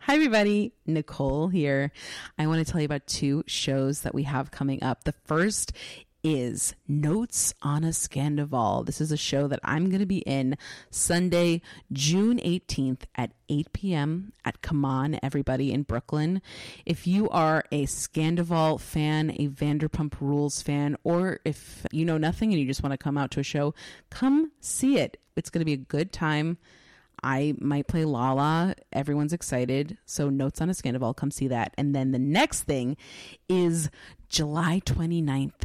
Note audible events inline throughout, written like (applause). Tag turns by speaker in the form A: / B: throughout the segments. A: Hi, everybody. Nicole here. I want to tell you about two shows that we have coming up. The first is Notes on a Scandival. This is a show that I'm going to be in Sunday, June 18th at 8 p.m. at Come On Everybody in Brooklyn. If you are a Scandival fan, a Vanderpump Rules fan, or if you know nothing and you just want to come out to a show, come see it. It's going to be a good time. I might play Lala. Everyone's excited. So, Notes on a Scandival, come see that. And then the next thing is July 29th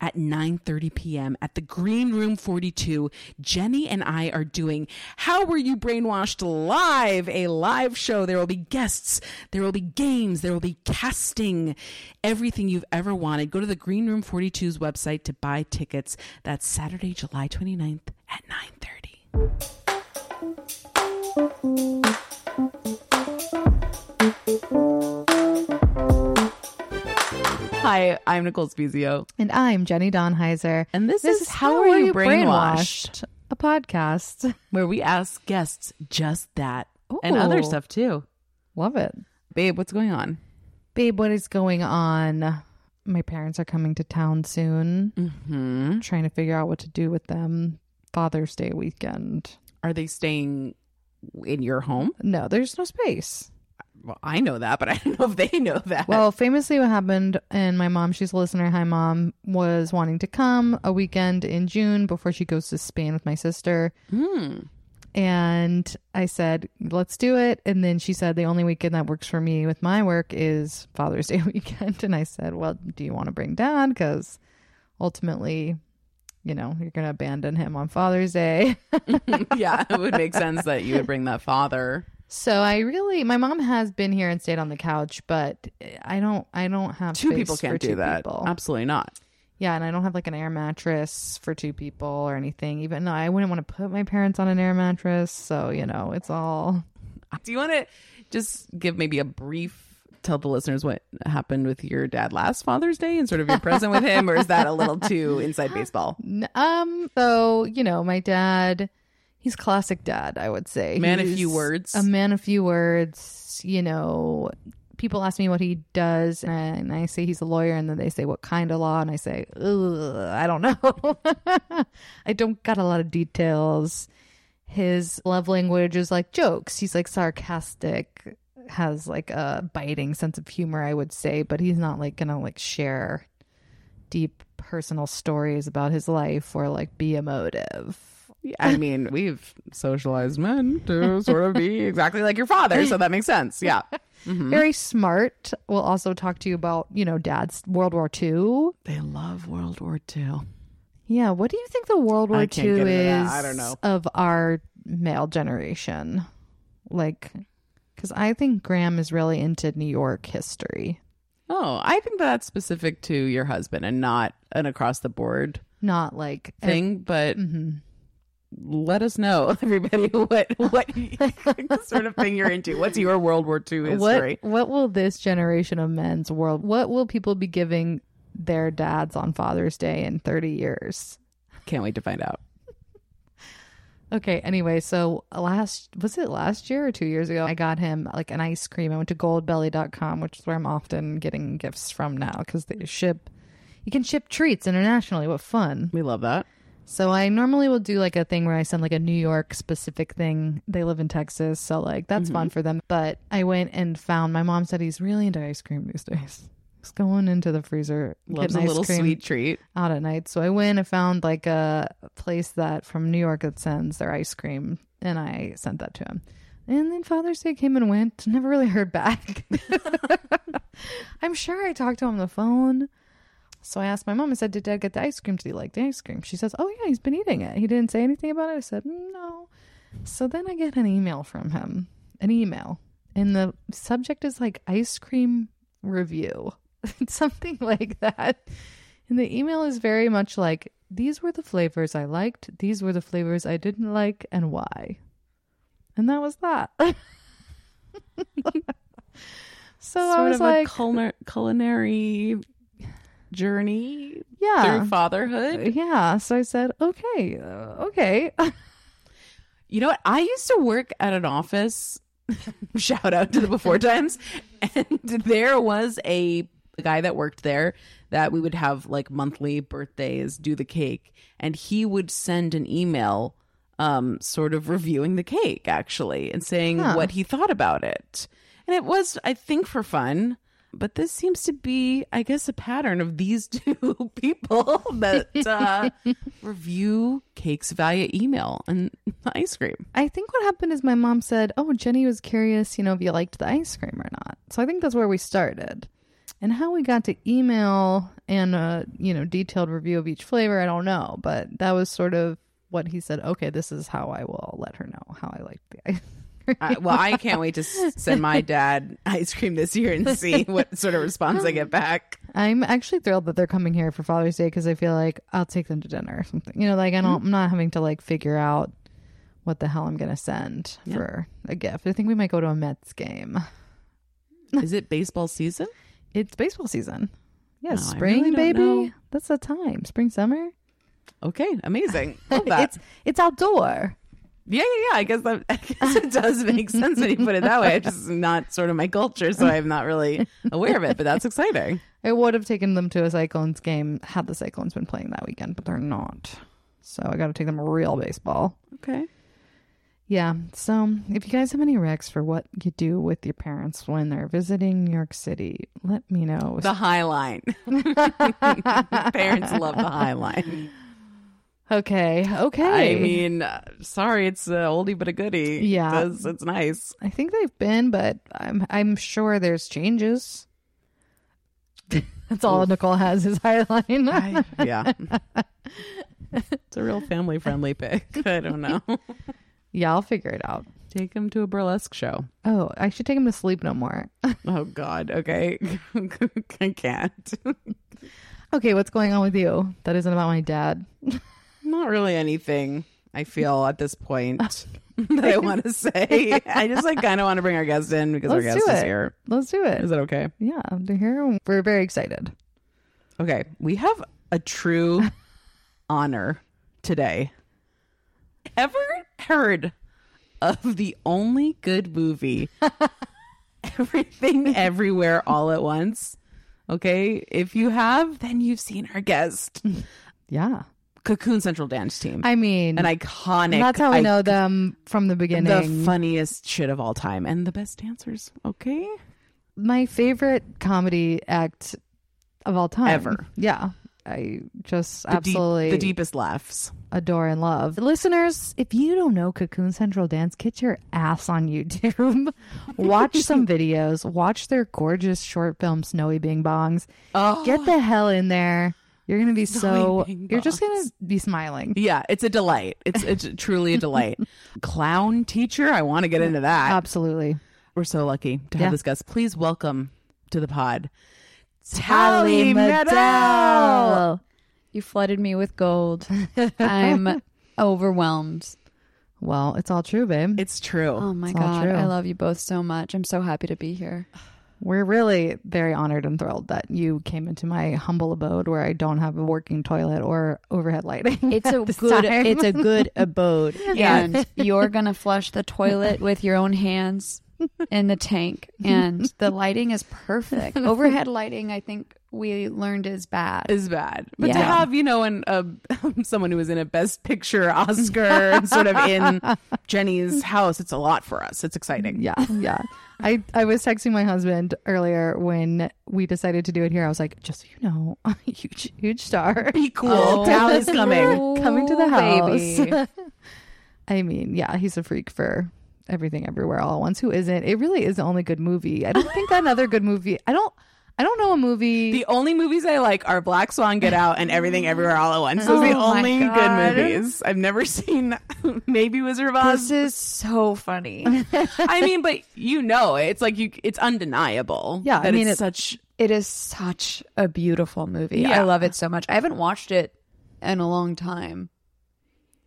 A: at 9:30 p.m. at the Green Room 42. Jenny and I are doing How Were You Brainwashed Live, a live show. There will be guests, there will be games, there will be casting, everything you've ever wanted. Go to the Green Room 42's website to buy tickets. That's Saturday, July 29th at 9:30. Hi, I'm Nicole Spezio.
B: And I'm Jenny Donheiser.
A: And this, is, How Are You Brainwashed? (laughs)
B: A podcast.
A: where we ask guests just that and other
B: Ooh.
A: stuff too.
B: Love it.
A: Babe, what's going on?
B: Babe, what is going on? My parents are coming to town soon.
A: Mm-hmm.
B: Trying to figure out what to do with them. Father's Day weekend.
A: Are they staying in your home?
B: No, there's no space.
A: Well, I know that, but I don't know if they know that.
B: Well, famously, what happened, and my mom, she's a listener. Hi, mom, was wanting to come a weekend in June before she goes to Spain with my sister.
A: Hmm.
B: And I said, let's do it. And then she said, the only weekend that works for me with my work is Father's (laughs) Day weekend. And I said, well, do you want to bring dad? Because ultimately, you know, you're going to abandon him on Father's Day.
A: (laughs)
B: (laughs)
A: yeah, it would make sense that you would bring that father.
B: so I really, my mom has been here and stayed on the couch, but I don't, I don't have
A: Two
B: space
A: people
B: for
A: can't
B: two
A: do that.
B: people.
A: Absolutely not.
B: Yeah, and I don't have like an air mattress for two people or anything. Even though I wouldn't want to put my parents on an air mattress, so you know, it's all
A: Do you want to just give maybe a brief tell the listeners what happened with your dad last Father's Day and sort of your present with him, or is that a little too inside baseball?
B: N- Um. So you know, my dad, he's classic dad. I would say
A: Man of
B: He's
A: few words.
B: A man of few words. You know, people ask me what he does, and I, and I say he's a lawyer, and then they say what kind of law, and I say, Ugh, I don't know. (laughs) I don't got a lot of details. His love language is like jokes. He's like sarcastic, has like a biting sense of humor, I would say, but he's not like gonna like share deep personal stories about his life or like be emotive.
A: I mean, we've socialized men to sort of be exactly like your father, so that makes sense.
B: (laughs)
A: Yeah. Mm-hmm.
B: Very smart. We'll also talk to you about, you know, dad's World War II.
A: They love World War II.
B: Yeah. What do you think the World War
A: I
B: II
A: can't get into that.
B: is
A: I don't know.
B: of our male generation? Like, because I think Graham is really into New York history,
A: Oh, I think that's specific to your husband and not an across the board
B: not like
A: thing, but
B: mm-hmm.
A: let us know, (laughs) everybody, what what (laughs) sort of thing you're into. What's your World War II history?
B: what what will this generation of men's world what will people be giving their dads on Father's Day in 30 years?
A: Can't wait to find out.
B: Okay, anyway, so last was it last year or 2 years ago I got him like an ice cream. I went to goldbelly.com, which is where I'm often getting gifts from now cuz they ship you can ship treats internationally. What fun.
A: We love that.
B: So I normally will do like a thing where I send like a New York specific thing. They live in Texas, so like that's
A: Mm-hmm.
B: fun for them. But I went and found my mom said he's really into ice cream these days. He's going into the freezer
A: Loves a
B: getting ice
A: little
B: cream
A: sweet treat.
B: out at night. So I went and found like a place that from New York that sends their ice cream, and I sent that to him. And then Father's Day came and went. Never really heard back. I'm sure I talked to him on the phone. So I asked my mom. I said, "Did Dad get the ice cream? Did he like the ice cream?" She says, "Oh yeah, he's been eating it. He didn't say anything about it." I said, "No." So then I get an email from him, an email, and the subject is like ice cream review, (laughs) something like that. And the email is very much like, these were the flavors I liked, these were the flavors I didn't like, and why. And that was that. (laughs) so I
A: sort
B: was
A: of
B: like,
A: a culiner- culinary journey
B: yeah.
A: through fatherhood.
B: Yeah. So I said, okay, (laughs) uh, okay.
A: You know what? I used to work at an office (laughs) Shout out to the before times. And (laughs) there was a, a guy that worked there that we would have like monthly birthdays, do the cake, and he would send an email um sort of reviewing the cake actually and saying
B: Huh.
A: what he thought about it. And it was I think for fun. But this seems to be, I guess, a pattern of these (laughs) two people that uh, review cakes via email and (laughs) ice cream.
B: I think what happened is my mom said, "Oh, Jenny was curious, you know, if you liked the ice cream or not." So I think that's where we started, and how we got to email and a you know detailed review of each flavor, I don't know, but that was sort of what he said. Okay, this is how I will let her know how I liked the ice. cream.
A: Uh, well, I can't wait to s- send my dad ice cream this year and (laughs) see what sort of response I get back.
B: I'm actually thrilled that they're coming here for Father's Day because I feel like I'll take them to dinner or something. You know, like I don't,
A: Mm-hmm.
B: I'm not having to like figure out what the hell I'm gonna send
A: Yeah.
B: for a gift. I think we might go to a Mets game.
A: Is it baseball season?
B: It's baseball season. Yeah,
A: No, I
B: spring,
A: really don't
B: baby.
A: know.
B: That's the time. Spring, summer.
A: Okay, (laughs) amazing. Love that.
B: It's it's outdoor.
A: yeah, yeah, yeah. I guess that I guess it does (laughs) make sense when you put it that way. It's just not sort of my culture, so I'm not really aware of it. But that's exciting.
B: I would have taken them to a Cyclones game had the Cyclones been playing that weekend, but they're not. So I got to take them real baseball.
A: Okay.
B: Yeah. So if you guys have any recs for what you do with your parents when they're visiting New York City, let me know.
A: The High Line. (laughs) Parents love the High Line.
B: okay. Okay.
A: I mean, uh, sorry, it's an oldie but a goodie.
B: Yeah.
A: it's, it's nice.
B: I think they've been, but I'm I'm sure there's changes. That's all Nicole has is Highline.
A: I, yeah. it's a real family friendly pick. (laughs) I don't know.
B: (laughs) yeah, I'll figure it out.
A: Take him to a burlesque show.
B: Oh, I should take him to sleep no more.
A: Oh, God. Okay. (laughs) I can't.
B: okay, what's going on with you? That isn't about my dad.
A: Not really anything, I feel, at this (laughs) point that I want to say. I just like kind of want to bring our guest in because our
B: Let's
A: guest
B: do
A: is
B: it.
A: here.
B: Let's do it.
A: Is that okay?
B: Yeah, to hear we're very excited.
A: Okay. We have a (laughs) true honor today. Ever heard of the only good movie, (laughs) Everything Everywhere All at Once? Okay. If you have, then you've seen our guest,
B: Yeah,
A: Cocoon Central Dance Team.
B: I mean,
A: An iconic.
B: that's how we
A: I-
B: know them from the beginning.
A: The funniest shit of all time and the best dancers. Okay.
B: my favorite comedy act of all time
A: Ever.
B: Yeah, I just
A: The deep-
B: absolutely
A: the deepest laughs.
B: adore and love. Listeners, if you don't know Cocoon Central Dance, get your ass on
A: (laughs)
B: YouTube. watch some videos. Watch their gorgeous short film Snowy Bing Bongs.
A: Oh.
B: Get the hell in there. You're gonna be so.
A: Bing
B: You're just
A: Bongs.
B: gonna be smiling.
A: Yeah, it's a delight. It's
B: (laughs)
A: it's truly a delight. Clown teacher, I want to get into that.
B: Absolutely.
A: We're so lucky to have
B: Uh, Yeah.
A: this guest. Please welcome to the pod,
B: Tally
A: Medal.
B: Medal.
C: You flooded me with (laughs) gold. I'm overwhelmed.
B: Well, it's all true, babe.
A: It's true.
C: Oh my
B: It's all
C: god,
B: true.
C: I love you both so much. I'm so happy to be here.
B: We're really very honored and thrilled that you came into my humble abode where I don't have a working toilet or overhead lighting. (laughs)
C: It's (laughs) a
B: this
C: good
B: time.
C: it's a good abode.
B: Yeah.
C: And you're going to flush the toilet with your own hands in the tank (laughs) and the lighting is (laughs) perfect. Overhead lighting I think we learned is bad.
A: Is bad, but to
C: Yeah.
A: have you know, an uh, (laughs) someone who was in a Best Picture Oscar, and sort of
B: (laughs)
A: in Jenny's house, it's a lot for us. It's exciting.
B: (laughs) Yeah, yeah. I, I was texting my husband earlier when we decided to do it here. I was like, just so you know, (laughs) I'm a huge, huge star.
A: Be cool.
C: Oh.
A: Tally's
B: (laughs)
A: coming.
B: Coming to the house.
C: Baby.
B: I mean, yeah, he's a freak for everything everywhere all at once. Who isn't? It really is the only good movie. I don't think another good movie. I don't I don't know a movie.
A: The only movies I like are Black Swan, Get Out, and Everything Everywhere All at Once. Those are the
C: Oh my
A: only
C: God.
A: good movies I've never (laughs) seen. Maybe Wizard of Oz.
C: This (laughs) is so (laughs) funny.
A: I mean, but you know, it's like you, it's undeniable.
B: Yeah, I
A: that
B: mean,
A: it's
B: it-
A: such.
C: It is such a beautiful movie.
A: Yeah.
C: I love it so much. I haven't watched it in a long time.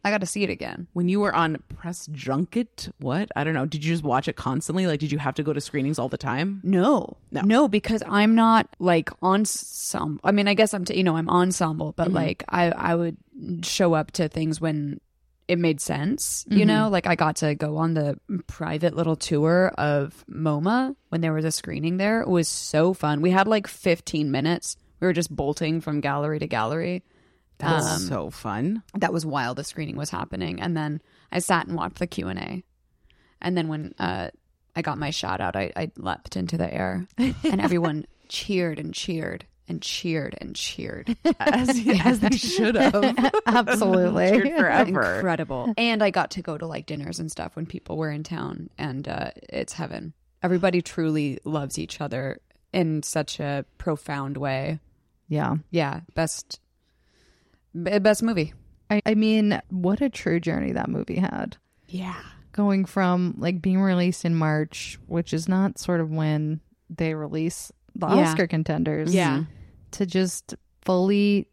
C: I got to see it again.
A: When you were on press junket, what I don't know, did you just watch it constantly? Like, did you have to go to screenings all the time?
C: No,
A: No.
C: because I'm not like ensemble.
A: Mm-hmm.
C: I mean, I guess I'm, t- you know, I'm ensemble, but like I, I would show up to things when it made sense, you
A: Mm-hmm.
C: know? Like I got to go on the private little tour of MoMA when there was a screening there. It was so fun. We had like 15 minutes. We were just bolting from gallery to gallery.
A: That was so fun.
C: That was while the screening was happening. And then I sat and watched the Q&A. And then when uh, I got my shout out, I, I leapt into the air and everyone cheered and cheered and cheered and cheered.
A: As, as they should have.
B: Absolutely.
A: Cheered forever.
C: Incredible. And I got to go to like dinners and stuff when people were in town, and uh, it's heaven. Everybody truly loves each other in such a profound way.
B: Yeah.
C: Yeah, best, b- best movie.
B: I, I mean, what a true journey that movie had.
C: Yeah,
B: Going from like being released in March, which is not sort of when they release the
C: Yeah.
B: Oscar contenders.
C: yeah,
B: To just fully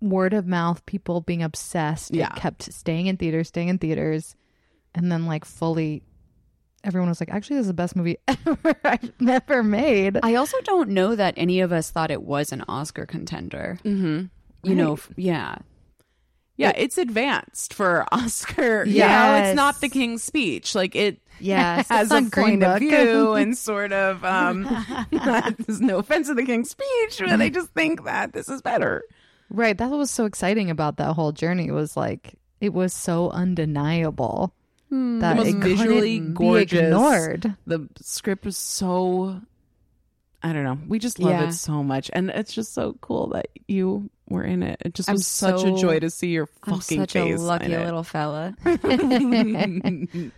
B: word of mouth, people being obsessed. It
A: Yeah.
B: kept staying in theaters, staying in theaters, and then like fully everyone was like, actually this is the best movie (laughs) ever I've never made.
C: I also don't know that any of us thought it was an Oscar contender.
A: Mm-hmm.
C: You know, f- yeah,
A: Yeah, it's advanced for (laughs) Oscar. Yeah,
B: Yes.
A: it's not the King's Speech. Like it
B: Yeah. (laughs)
A: has a
B: Green
A: point of
B: Book.
C: (laughs)
A: view
B: (laughs)
A: and sort of. um (laughs) There's no offense to the King's Speech, but I just think that this is better.
B: Right. That was so exciting about that whole journey was like it was so undeniable that
A: The most
B: it couldn't
A: visually
B: be
A: gorgeous.
B: ignored.
A: The script was so. I don't know. We just love
C: Yeah.
A: it so much, and it's just so cool that you were in it. It just
C: I'm
A: was such a
C: so-
A: joy to see your
C: I'm
A: fucking
C: such
A: face.
C: a
A: in
C: lucky
A: it.
C: little fella.
B: Did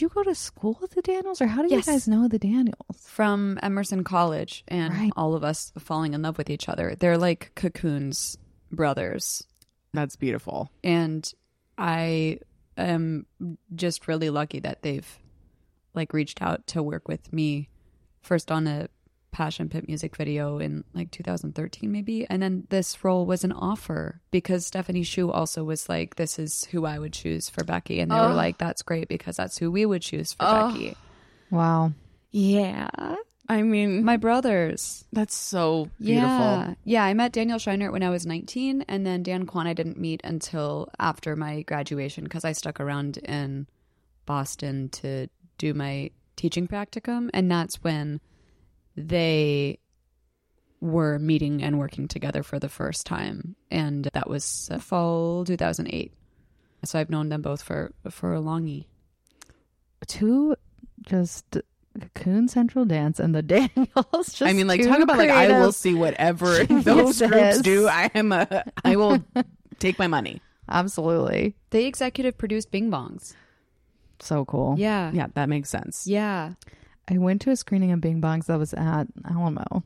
B: you go to school with the Daniels or how do
C: Yes.
B: you guys know the Daniels?
C: from Emerson College and
B: Right.
C: all of us falling in love with each other. They're like cocoons brothers.
A: That's beautiful.
C: And I am just really lucky that they've like reached out to work with me first on a Passion Pit music video in like 2013 maybe and then this role was an offer because Stephanie Shu also was like this is who I would choose for Becky and they were
A: Oh.
C: like that's great because that's who we would choose for
A: Oh.
C: Becky.
B: Wow.
C: Yeah.
A: I mean,
C: My brothers.
A: that's so beautiful.
C: Yeah. Yeah, I met Daniel Schreiner when I was 19, and then Dan Kwan I didn't meet until after my graduation because I stuck around in Boston to do my teaching practicum, and that's when they were meeting and working together for the first time, and that was uh, fall 2008. So I've known them both for for a longie.
B: Two just Cocoon Central Dance and the (laughs) Daniels. Just
A: I mean, like
B: two
A: talk about like I will
B: creative-
A: see
C: (laughs)
A: whatever those groups
B: Yes.
A: do. I am a. I will take my money.
B: Absolutely.
C: They executive produced Bing Bongs.
B: So cool.
C: Oh. Yeah.
A: Yeah, that makes sense.
C: Yeah.
B: I went to a screening of Bing Bongs that was at Alamo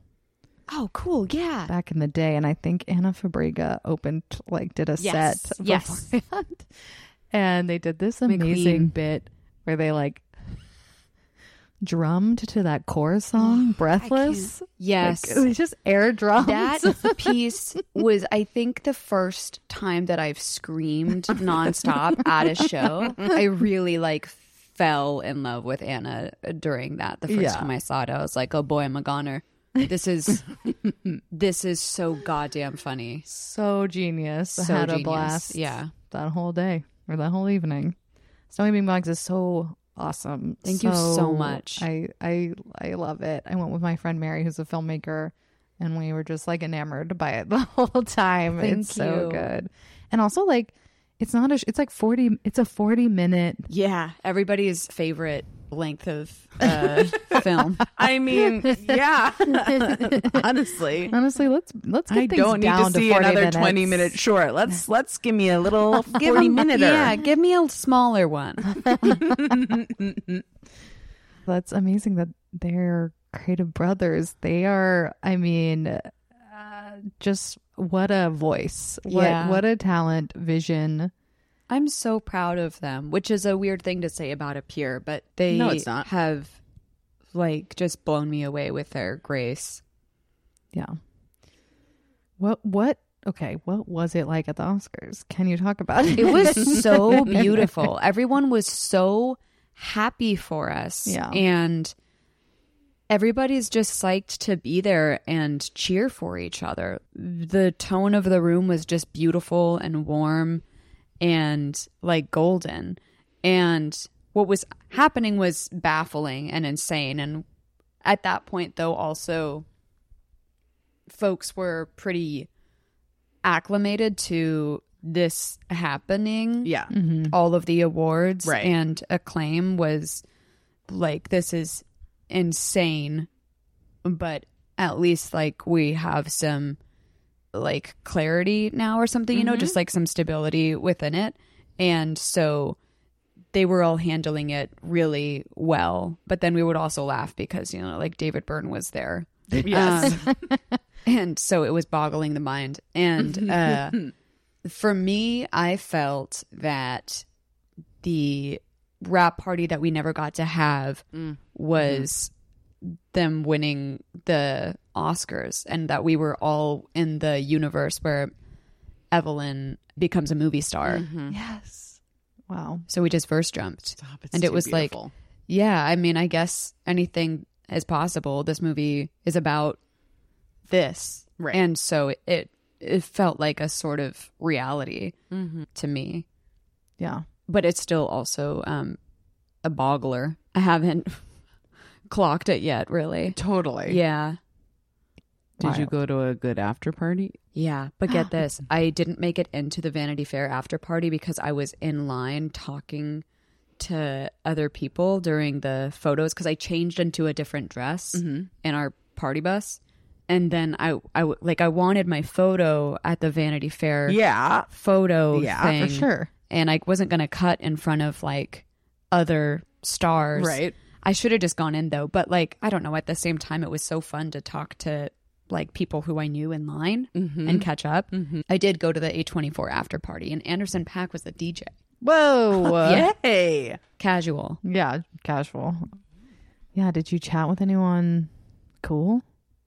C: Oh, cool. Yeah.
B: back in the day, and I think Anna Fabriga opened like did a
C: Yes,
B: (laughs) set
C: yes.
B: beforehand. and they did this
C: My
B: amazing
C: queen.
B: bit where they like drummed to that chorus
C: (gasps)
B: song "Breathless." Like,
C: Yes.
B: they just air (laughs) drums.
C: That piece was, I think, the first time that
B: (laughs)
C: I've screamed nonstop at a show. I really like fell in love with Anna uh, during that. The first
B: Yeah.
C: time I saw it, I was like, "Oh boy, I'm a goner." This is (laughs) this is so goddamn funny.
B: so genius. I
C: So
B: Had a
C: genius.
B: blast.
C: Yeah.
B: that whole day or that whole evening. Snowy Bean Bogs is so awesome.
C: Thank you so much.
B: I I I love it. I went with my friend Mary, who's a filmmaker, and we were just like enamored by it (laughs) the whole time.
C: Thank
B: it's so
C: you.
B: good, and also like it's not a sh- it's like forty. It's a forty minute.
A: Yeah.
C: Everybody's favorite length
B: (laughs)
C: of uh, film.
A: I mean, yeah. (laughs) Honestly,
B: Honestly, let's let's get
A: I
B: things
A: don't need
B: down
A: to see
B: forty
A: another
B: minutes.
A: twenty minute short. Let's let's give me a little
C: Give
A: forty
C: 'em-
A: minute.
C: Yeah, give me a smaller one.
B: That's amazing that they're creative brothers. They are, I mean, uh, just what a voice. What,
C: Yeah.
B: what a talent, vision.
C: I'm so proud of them, which is a weird thing to say about a peer, but they
A: No, it's not.
C: have like just blown me away with their grace.
B: Yeah. What, what, okay, what was it like at the Oscars? Can you talk about it?
C: It
B: (laughs)
C: (laughs) was so beautiful. (laughs) Everyone was so happy for us.
B: Yeah.
C: And everybody's just psyched to be there and cheer for each other. The tone of the room was just beautiful and warm. and like golden. And what was happening was baffling and insane. And at that point, though, also folks were pretty acclimated to this happening.
A: Yeah.
B: Mm-hmm.
C: All of the awards
A: Right.
C: and acclaim was like, this is insane. But at least, like, we have some like clarity now or something, you know, just like some stability within it. And so they were all handling it really well. But then we would also laugh because, you know, like David Byrne was there (laughs)
A: Yes.
C: um, and so it was boggling the mind.
A: (laughs)
C: And uh, for me, I felt that the rap party that we never got to have
A: Mm.
C: was them winning the Oscars, and that we were all in the universe where Evelyn becomes a movie star.
A: Mm-hmm.
B: mm-hmm. Yes. Wow.
C: So we just verse jumped.
A: Stop,
C: And it was like- Yeah, I mean, I guess anything is possible. This movie is about this,
A: Right.
C: And so it it felt like a sort of reality
A: Mhm.
C: to me,
B: Yeah.
C: but it's still also um, a boggler. I haven't (laughs) clocked it yet, really.
A: totally.
C: Yeah,
A: Did you
B: Wild.
A: go to a good after party?
C: yeah. But
A: Ah.
C: get this, I didn't make it into the Vanity Fair after party because I was in line talking to other people during the photos because I changed into a different dress.
A: Mm-hmm.
C: in our party bus and then I, I w- like i wanted my photo at the vanity fair
A: Yeah.
C: photo
A: Yeah,
C: thing
B: For sure.
C: and i wasn't going to cut in front of like other stars
A: Right.
C: i should have just gone in though but like i don't know at the same time it was so fun to talk to like people who i knew in line
A: Mm-hmm.
C: and catch up i did go to the a24 after party and anderson pack was the dj
B: Whoa.
A: Yay.
C: casual
B: (laughs) Yeah, casual. Yeah, did you chat with anyone cool?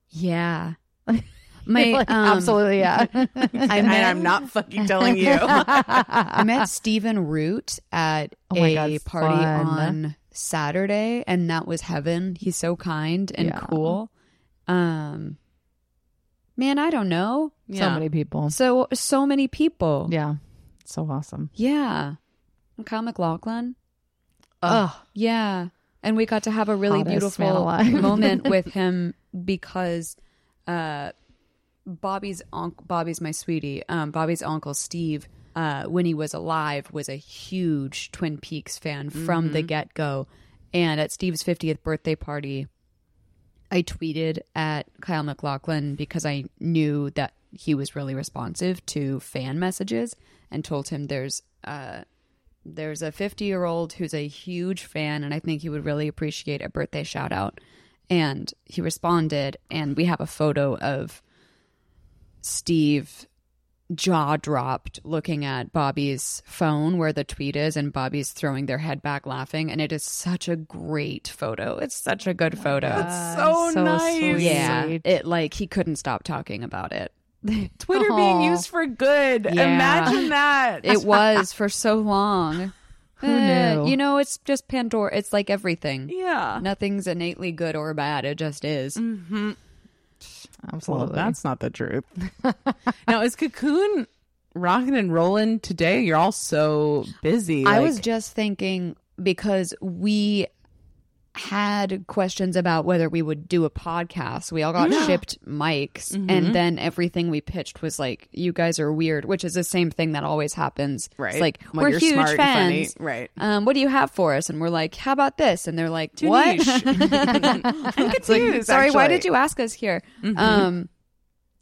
C: yeah
A: (laughs)
C: my
B: (laughs) Like,
C: um,
B: absolutely,
C: (laughs)
B: yeah.
C: I
A: and
C: met-
A: I'm not fucking telling you.
C: I met Stephen Root at
B: Oh my
C: a
B: God,
C: party
B: fun.
C: on Saturday, and that was heaven. He's so kind and
B: Yeah.
C: cool. Um, man, I don't know.
B: So many people.
C: So so many people.
B: Yeah. So awesome.
C: yeah. And Kyle McLaughlin.
B: Oh,
C: Yeah, and we got to have a really
B: Hottest man
C: beautiful
B: alive.
C: moment with him because uh, Bobby's uncle, Bobby's my sweetie, um, Bobby's uncle Steve, uh, when he was alive, was a huge Twin Peaks fan from the get go, and at Steve's fiftieth birthday party, I tweeted at Kyle McLaughlin because I knew that he was really responsive to fan messages and told him there's uh there's a 50 year old who's a huge fan and I think he would really appreciate a birthday shout out. And he responded and we have a photo of Steve jaw dropped looking at Bobby's phone where the tweet is and Bobby's throwing their head back laughing and it is such a great photo. It's such a good photo.
B: That's
A: so nice.
B: sweet.
C: Yeah, it like he couldn't stop talking about it.
A: Twitter being
B: Aw.
A: used for good.
C: Yeah.
A: Imagine that. (laughs)
C: It was for so long.
B: Who
C: Eh,
B: knew?
C: You know, it's just Pandora. It's like everything.
A: yeah.
C: Nothing's innately good or bad. It just is.
A: Mm-hmm. Well,
B: absolutely.
A: that's not the truth. (laughs) now, is Cocoon rocking and rolling today? You're all so busy.
C: I
A: like-
C: was just thinking because we had questions about whether we would do a podcast. We all got shipped mics,
A: Mm-hmm.
C: and then everything we pitched was like, "You guys are weird," which is the same thing that always happens. It's
A: right.
C: like
A: When
C: we're
A: you're
C: huge
A: smart and funny.
C: fans.
A: Right.
C: Um, what do you have for us? And we're like, how about this? And they're like,
A: Too
C: what? (laughs)
A: niche. I'm
C: It's like,
A: confused,
C: Sorry, why
A: actually.
C: did you ask us here? Um,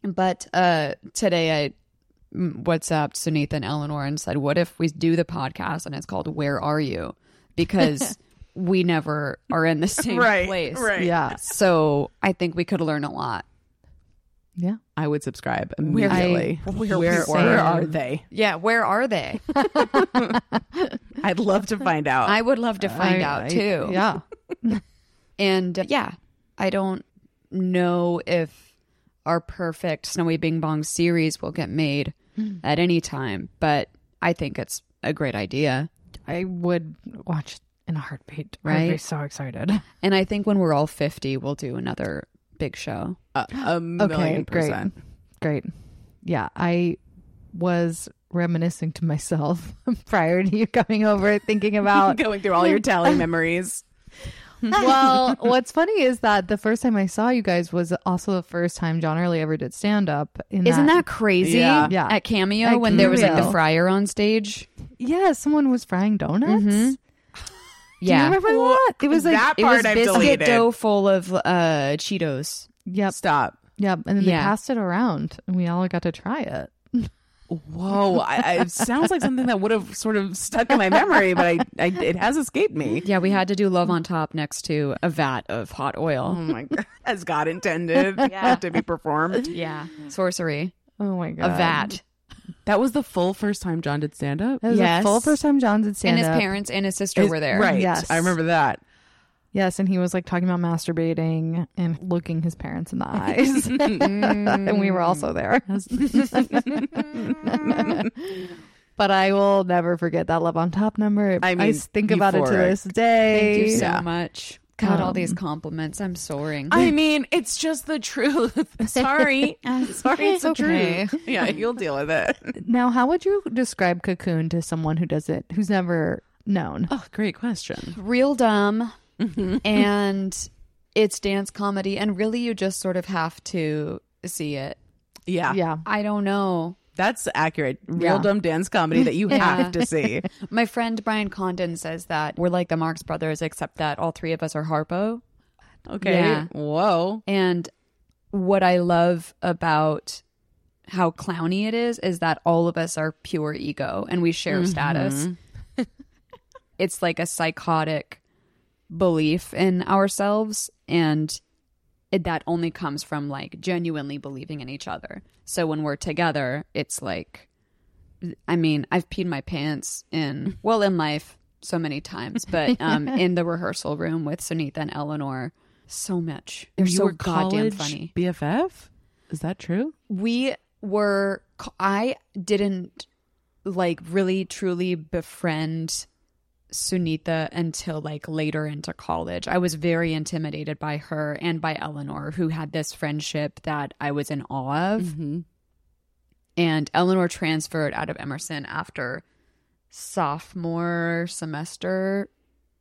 C: but uh, today I mm, WhatsApped Sunitha and Eleanor and said, what if we do the podcast and it's called Where Are You? Because we never are in the same
A: Right.
C: place.
A: Right.
B: yeah.
C: So I think we could learn a lot.
B: Yeah.
A: I would subscribe
C: Where-
A: immediately. where,
B: where- where
A: where
B: are
A: are they?
C: Yeah, where are they?
A: I'd love to find out.
C: I would love to find
B: I-
C: out
B: I-
C: too. (laughs)
B: Yeah.
C: And uh, yeah, I don't know if our perfect Snowy Bing Bong series will get made
B: Hmm.
C: at any time, but I think it's a great idea.
B: I would watch in a heartbeat. I'd be
C: Right?
B: so
C: (laughs)
B: excited.
C: And I think when we're all 50, we'll do another big show.
A: a, a million
B: great.
A: percent.
B: Great. Yeah, I was reminiscing to myself (laughs) prior to you coming over,
C: (laughs)
B: thinking about
A: Going through all your tally memories.
B: well, what's funny is that the first time I saw you guys was also the first time John Early ever did stand up.
C: Isn't that crazy?
A: Yeah.
B: Yeah.
C: At Cameo
B: At
C: when there was like the
B: Cameo.
C: fryer on stage.
B: Yeah, someone was frying donuts.
C: Mm-hmm. Yeah.
B: Do you remember that? It was like
A: That
C: it was
A: part I've
C: biscuit
A: deleted.
C: dough full of uh, Cheetos.
B: Yep,
A: Stop.
B: yep. And then they
C: Yeah.
B: passed it around, and we all got to try it.
A: Whoa, I, I, it sounds like something that would have sort of stuck in my memory, but I, I it has escaped me.
C: Yeah, we had to do love on top next to a vat of hot
A: Oh (laughs)
B: Mm,
C: oil.
A: my god, as God intended, yeah. to be performed.
C: Yeah, (laughs) sorcery,
B: Oh my god,
C: a vat,
A: That was the full first time John did stand up.
B: That was
C: Yes.
B: the full first time John did stand
C: and his
B: up.
C: parents and his sister were there.
A: right?
B: Yes.
A: I remember that.
B: Yes, and he was like talking about masturbating and looking his parents in the eyes, and we were also there. (laughs) but I will never forget that love on top number.
A: I
B: I,
A: mean,
B: think about it to
A: euphoric.
B: this day.
C: Thank you so much. God, all these compliments. I'm soaring.
A: (laughs) I mean, it's just the truth. (laughs) Sorry, sorry, it's the
C: okay.
A: truth. Yeah, you'll deal with it.
B: Now, how would you describe Cocoon to someone who does it, who's never known?
A: (laughs) Oh, great question.
C: real dumb Mm-hmm. (laughs) and it's dance comedy and really you just sort of have to see it
A: Oh, Yeah,
B: Yeah.
C: i don't know
A: that's accurate. Real
B: Yeah.
A: dumb dance comedy that you have to see.
C: my friend brian condon says that we're like the marx brothers except that all three of us are harpo
A: Okay,
C: Yeah.
A: whoa.
C: and what i love about how clowny it is is that all of us are pure ego and we share
A: Mm-hmm. (laughs)
C: status it's like a psychotic belief in ourselves and it, that only comes from like genuinely believing in each other so when we're together it's like i mean i've peed my pants in well in life so many times
A: (laughs)
C: but um in the rehearsal room with sunitha and eleanor so much they're
A: you
C: so
A: were
C: goddamn
A: college
C: funny
A: BFF? Is that true?
C: we were i didn't like really truly befriend sunitha until like later into college i was very intimidated by her and by eleanor who had this friendship that i was in awe of and eleanor transferred out of emerson after sophomore semester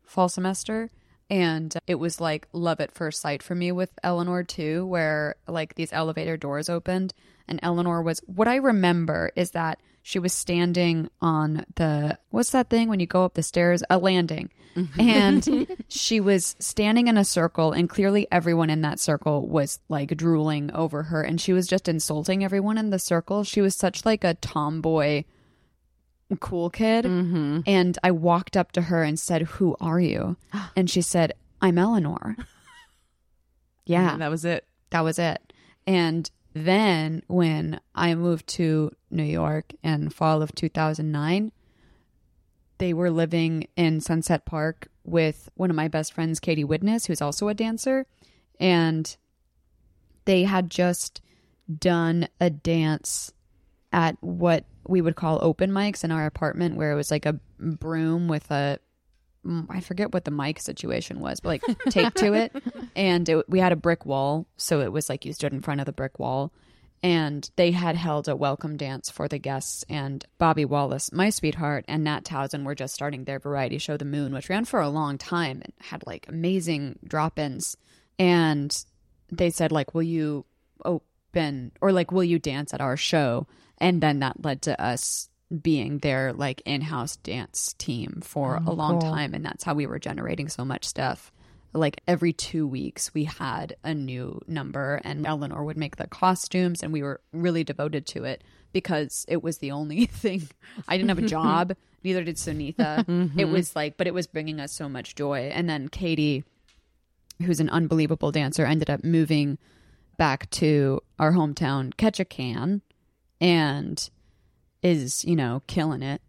C: fall semester and it was like love at first sight for me with Eleanor too where like these elevator doors opened and Eleanor was what I remember is that she was standing on the what's that thing when you go up the stairs a landing and she was standing in a circle and clearly everyone in that circle was like drooling over her and she was just insulting everyone in the circle she was such like a tomboy cool kid and I walked up to her and said, "Who are you?" And she said, "I'm Eleanor." yeah,
A: And that was it.
C: that was it. And then when I moved to New York in fall of 2009, they were living in Sunset Park with one of my best friends, Katie Witness, who's also a dancer. And they had just done a dance at what we would call open mics in our apartment, where it was like a broom with a mm, I forget what the mic situation was, but like taped to it. And it, we had a brick wall. So it was like you stood in front of the brick wall. And they had held a welcome dance for the guests. And Bobby Wallace, my sweetheart, and Nat Towson were just starting their variety show, The Moon, which ran for a long time and had like amazing drop ins. And they said, like, will you open or like, will you dance at our show? And then that led to us being their like in-house dance team for a long time and that's how we were generating so much stuff like every two weeks we had a new number and eleanor would make the costumes and we were really devoted to it because it was the only (laughs) thing i didn't have a job neither did sunitha it was like but it was bringing us so much joy and then katie who's an unbelievable dancer ended up moving back to our hometown ketchikan and is you know killing it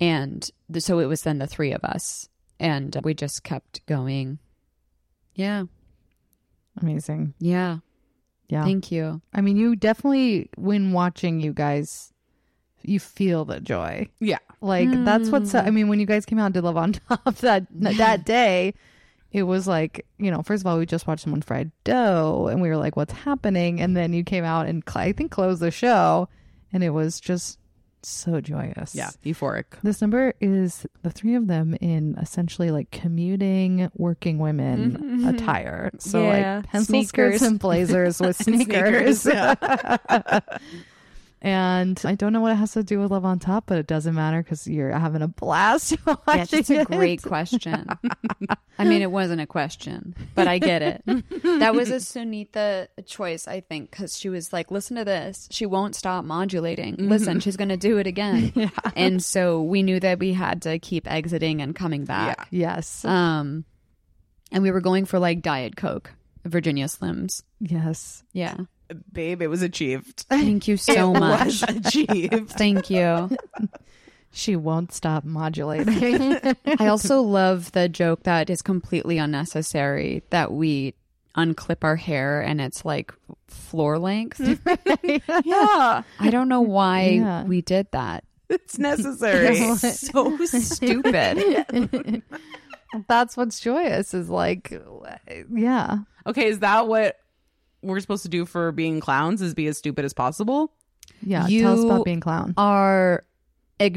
C: and th- so it was then the three of us and we just kept going yeah
B: Amazing.
C: yeah
B: Yeah.
C: thank you
B: I mean, you definitely, when watching you guys, you feel the joy.
A: Yeah.
B: Like, that's what's, I mean, when you guys came out and did Love on (laughs) Top that, that day, it was like, you know, first of all, we just watched someone fried dough and we were like, what's happening? And then you came out and, cl- I think, closed the show and it was just so joyous.
A: Yeah, euphoric.
B: This number is the three of them in essentially like commuting working women
C: Mhm.
B: attire. So
C: Yeah.
B: like pencil skirts
C: Sneakers.
B: and blazers
C: (laughs)
B: with sneakers.
A: Sneakers,
B: (laughs) and I don't know what it has to do with Love on Top, but it doesn't matter because you're having a blast (laughs) watching
C: That's a
B: it.
C: (laughs) great question. I mean, it wasn't a question, but I get it. that was a Sunita choice, I think, because she was like, listen to this. She won't stop modulating. Listen, she's going to do it (laughs) again. And so we knew that we had to keep exiting and coming back.
B: Yes.
C: Um, and we were going for like Diet Coke, Virginia Slims.
B: yes.
C: Yeah.
A: Babe, (laughs) it was achieved.
C: Thank you so (laughs)
A: It
C: much.
A: was achieved.
C: Thank you.
B: She won't stop modulating.
C: (laughs)
B: (laughs)
C: I also love the joke that is completely unnecessary that we unclip our hair and it's like floor length. yeah. I don't know why
B: Yeah.
C: we did that.
A: It's (laughs) necessary. so
C: Stupid.
B: That's what's joyous is like, yeah.
A: Okay, is that what we're supposed to do for being clowns? Is be as stupid as possible?
B: Yeah. tell us
C: You
B: about being clown.
C: Are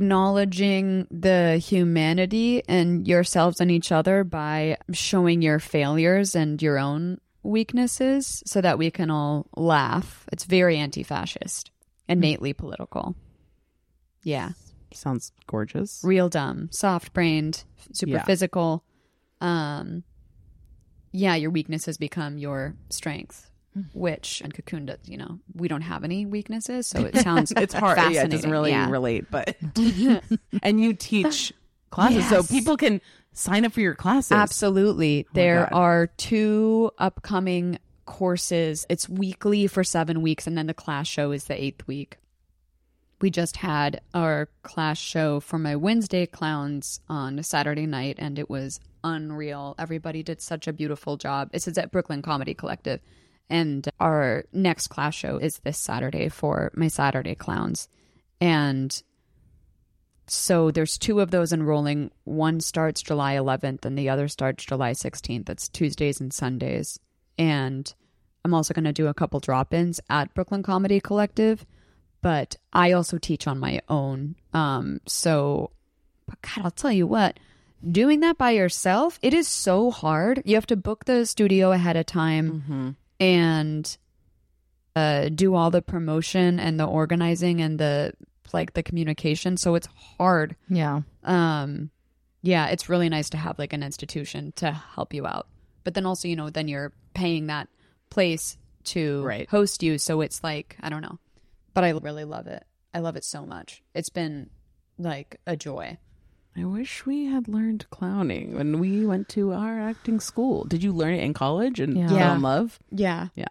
C: acknowledging the humanity in yourselves and each other by showing your failures and your own weaknesses so that we can all laugh. It's very anti fascist, innately political. Yeah.
A: Sounds gorgeous.
C: real dumb, soft brained, super
A: Yeah.
C: physical. Um, yeah, your weaknesses become your strength.
A: Hmm.
C: Which and cocoon does, you know, we don't have any weaknesses, so
A: (laughs)
C: it sounds
A: It's hard. Yeah, it doesn't
C: fascinating.
A: really
C: Yeah.
A: relate, but (laughs) and you teach classes, so
C: Yes.
A: people can sign up for your classes. Oh
C: Absolutely. there
A: God.
C: are two upcoming courses. It's weekly for seven weeks, and then the class show is the eighth week. We just had our class show for my Wednesday clowns on Saturday night, and it was unreal. Everybody did such a beautiful job. This is at Brooklyn Comedy Collective. And our next class show is this Saturday for my Saturday clowns. And so there's two of those enrolling. One starts July 11th and the other starts July 16th. That's Tuesdays and Sundays. And I'm also going to do a couple drop ins at Brooklyn Comedy Collective, but I also teach on my own. Um, so, but God, I'll tell you what, doing that by yourself, it is so hard. You have to book the studio ahead of time and uh, do all the promotion and the organizing and the like the communication. So it's hard.
B: Yeah.
C: Um, yeah, it's really nice to have like an institution to help you out. But then also, you know, then you're paying that place to
A: Right.
C: host you. So it's like, I don't know. But I really love it. I love it so much. It's been like a joy.
A: I wish we had learned clowning when we went to our acting school. Did you learn it in college and
B: Yeah.
A: fell
C: Yeah.
A: in love?
C: Yeah.
A: Yeah.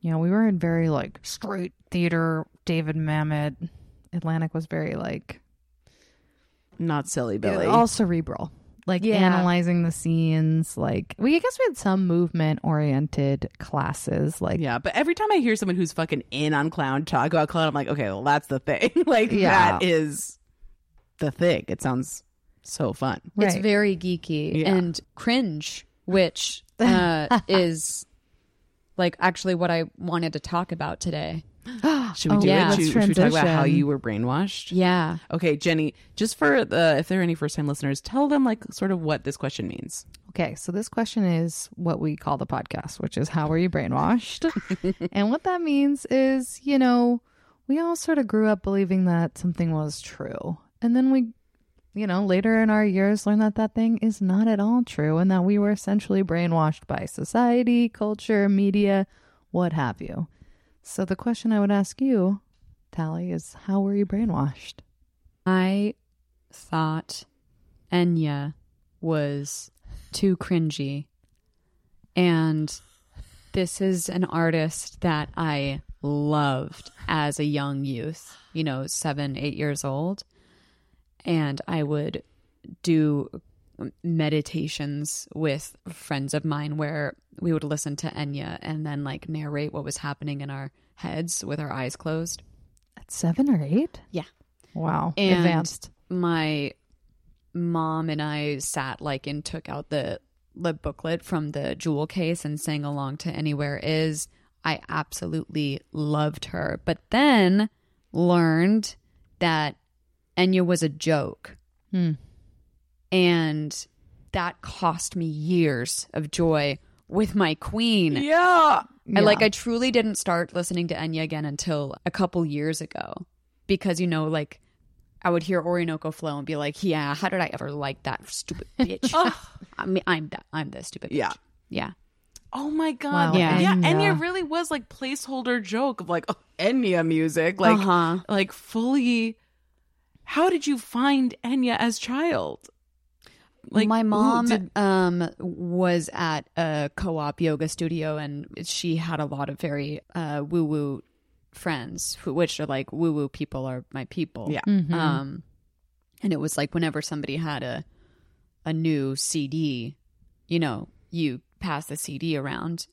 B: Yeah, we were in very like straight theater, David Mamet. Atlantic was very like
A: Not silly Billy.
B: all cerebral. Like
C: Yeah.
B: analyzing the scenes, like we I guess we had some movement oriented classes, like
A: yeah, but every time I hear someone who's fucking in on clown talk about clown, I'm like, okay, well, that's the thing. (laughs) like,
B: Yeah.
A: that is the thing. It sounds so fun.
C: It's
B: Right.
C: very geeky
A: Yeah.
C: and cringe, which uh, is like actually what I wanted to talk about today.
A: Should we
B: Oh,
A: do
C: yeah.
A: it? Should,
B: Let's
A: should we talk about how
B: transition.
A: you were brainwashed?
C: Yeah.
A: Okay, Jenny, just for the if there are any first time listeners, tell them like sort of what this question means.
B: Okay, so this question is what we call the podcast, which is how were you
C: (laughs)
B: brainwashed? and what that means is, you know, we all sort of grew up believing that something was true. And then we, you know, later in our years learned that that thing is not at all true and that we were essentially brainwashed by society, culture, media, what have you. So the question I would ask you, Tally, is how were you brainwashed?
C: I thought Enya was too cringy. And this is an artist that I loved as a young youth, you know, seven, eight years old. And I would do meditations with friends of mine where we would listen to Enya and then like narrate what was happening in our heads with our eyes closed.
B: At seven or eight?
C: Yeah.
B: Wow.
C: And
B: Advanced.
C: my mom and I sat like and took out the the booklet from the jewel case and sang along to Anywhere Is. I absolutely loved her. But then learned that Enya was a joke.
B: Hmm.
C: And that cost me years of joy with my queen.
A: Yeah.
C: I like I truly didn't start listening to Enya again until a couple years ago because you know like I would hear Orinoco Flow and be like, "Yeah, how did I ever like that stupid
A: (laughs)
C: bitch?" I mean, I'm that I'm the stupid bitch.
A: Oh. Yeah.
C: Yeah.
A: Oh my god.
B: Wow,
A: yeah. yeah.
B: Enya.
A: Enya really was like placeholder joke of like (laughs) oh, Enya music, like
C: Uh-huh.
A: like fully. How did you find Enya as child?
C: my
A: ooh,
C: mom
A: did-
C: um was at a co-op yoga studio and she had a lot of very uh woo woo friends who which are like woo woo people are my people.
A: Yeah.
B: Mhm.
C: Um and it was like whenever somebody had a a new CD, you know, you pass the CD around.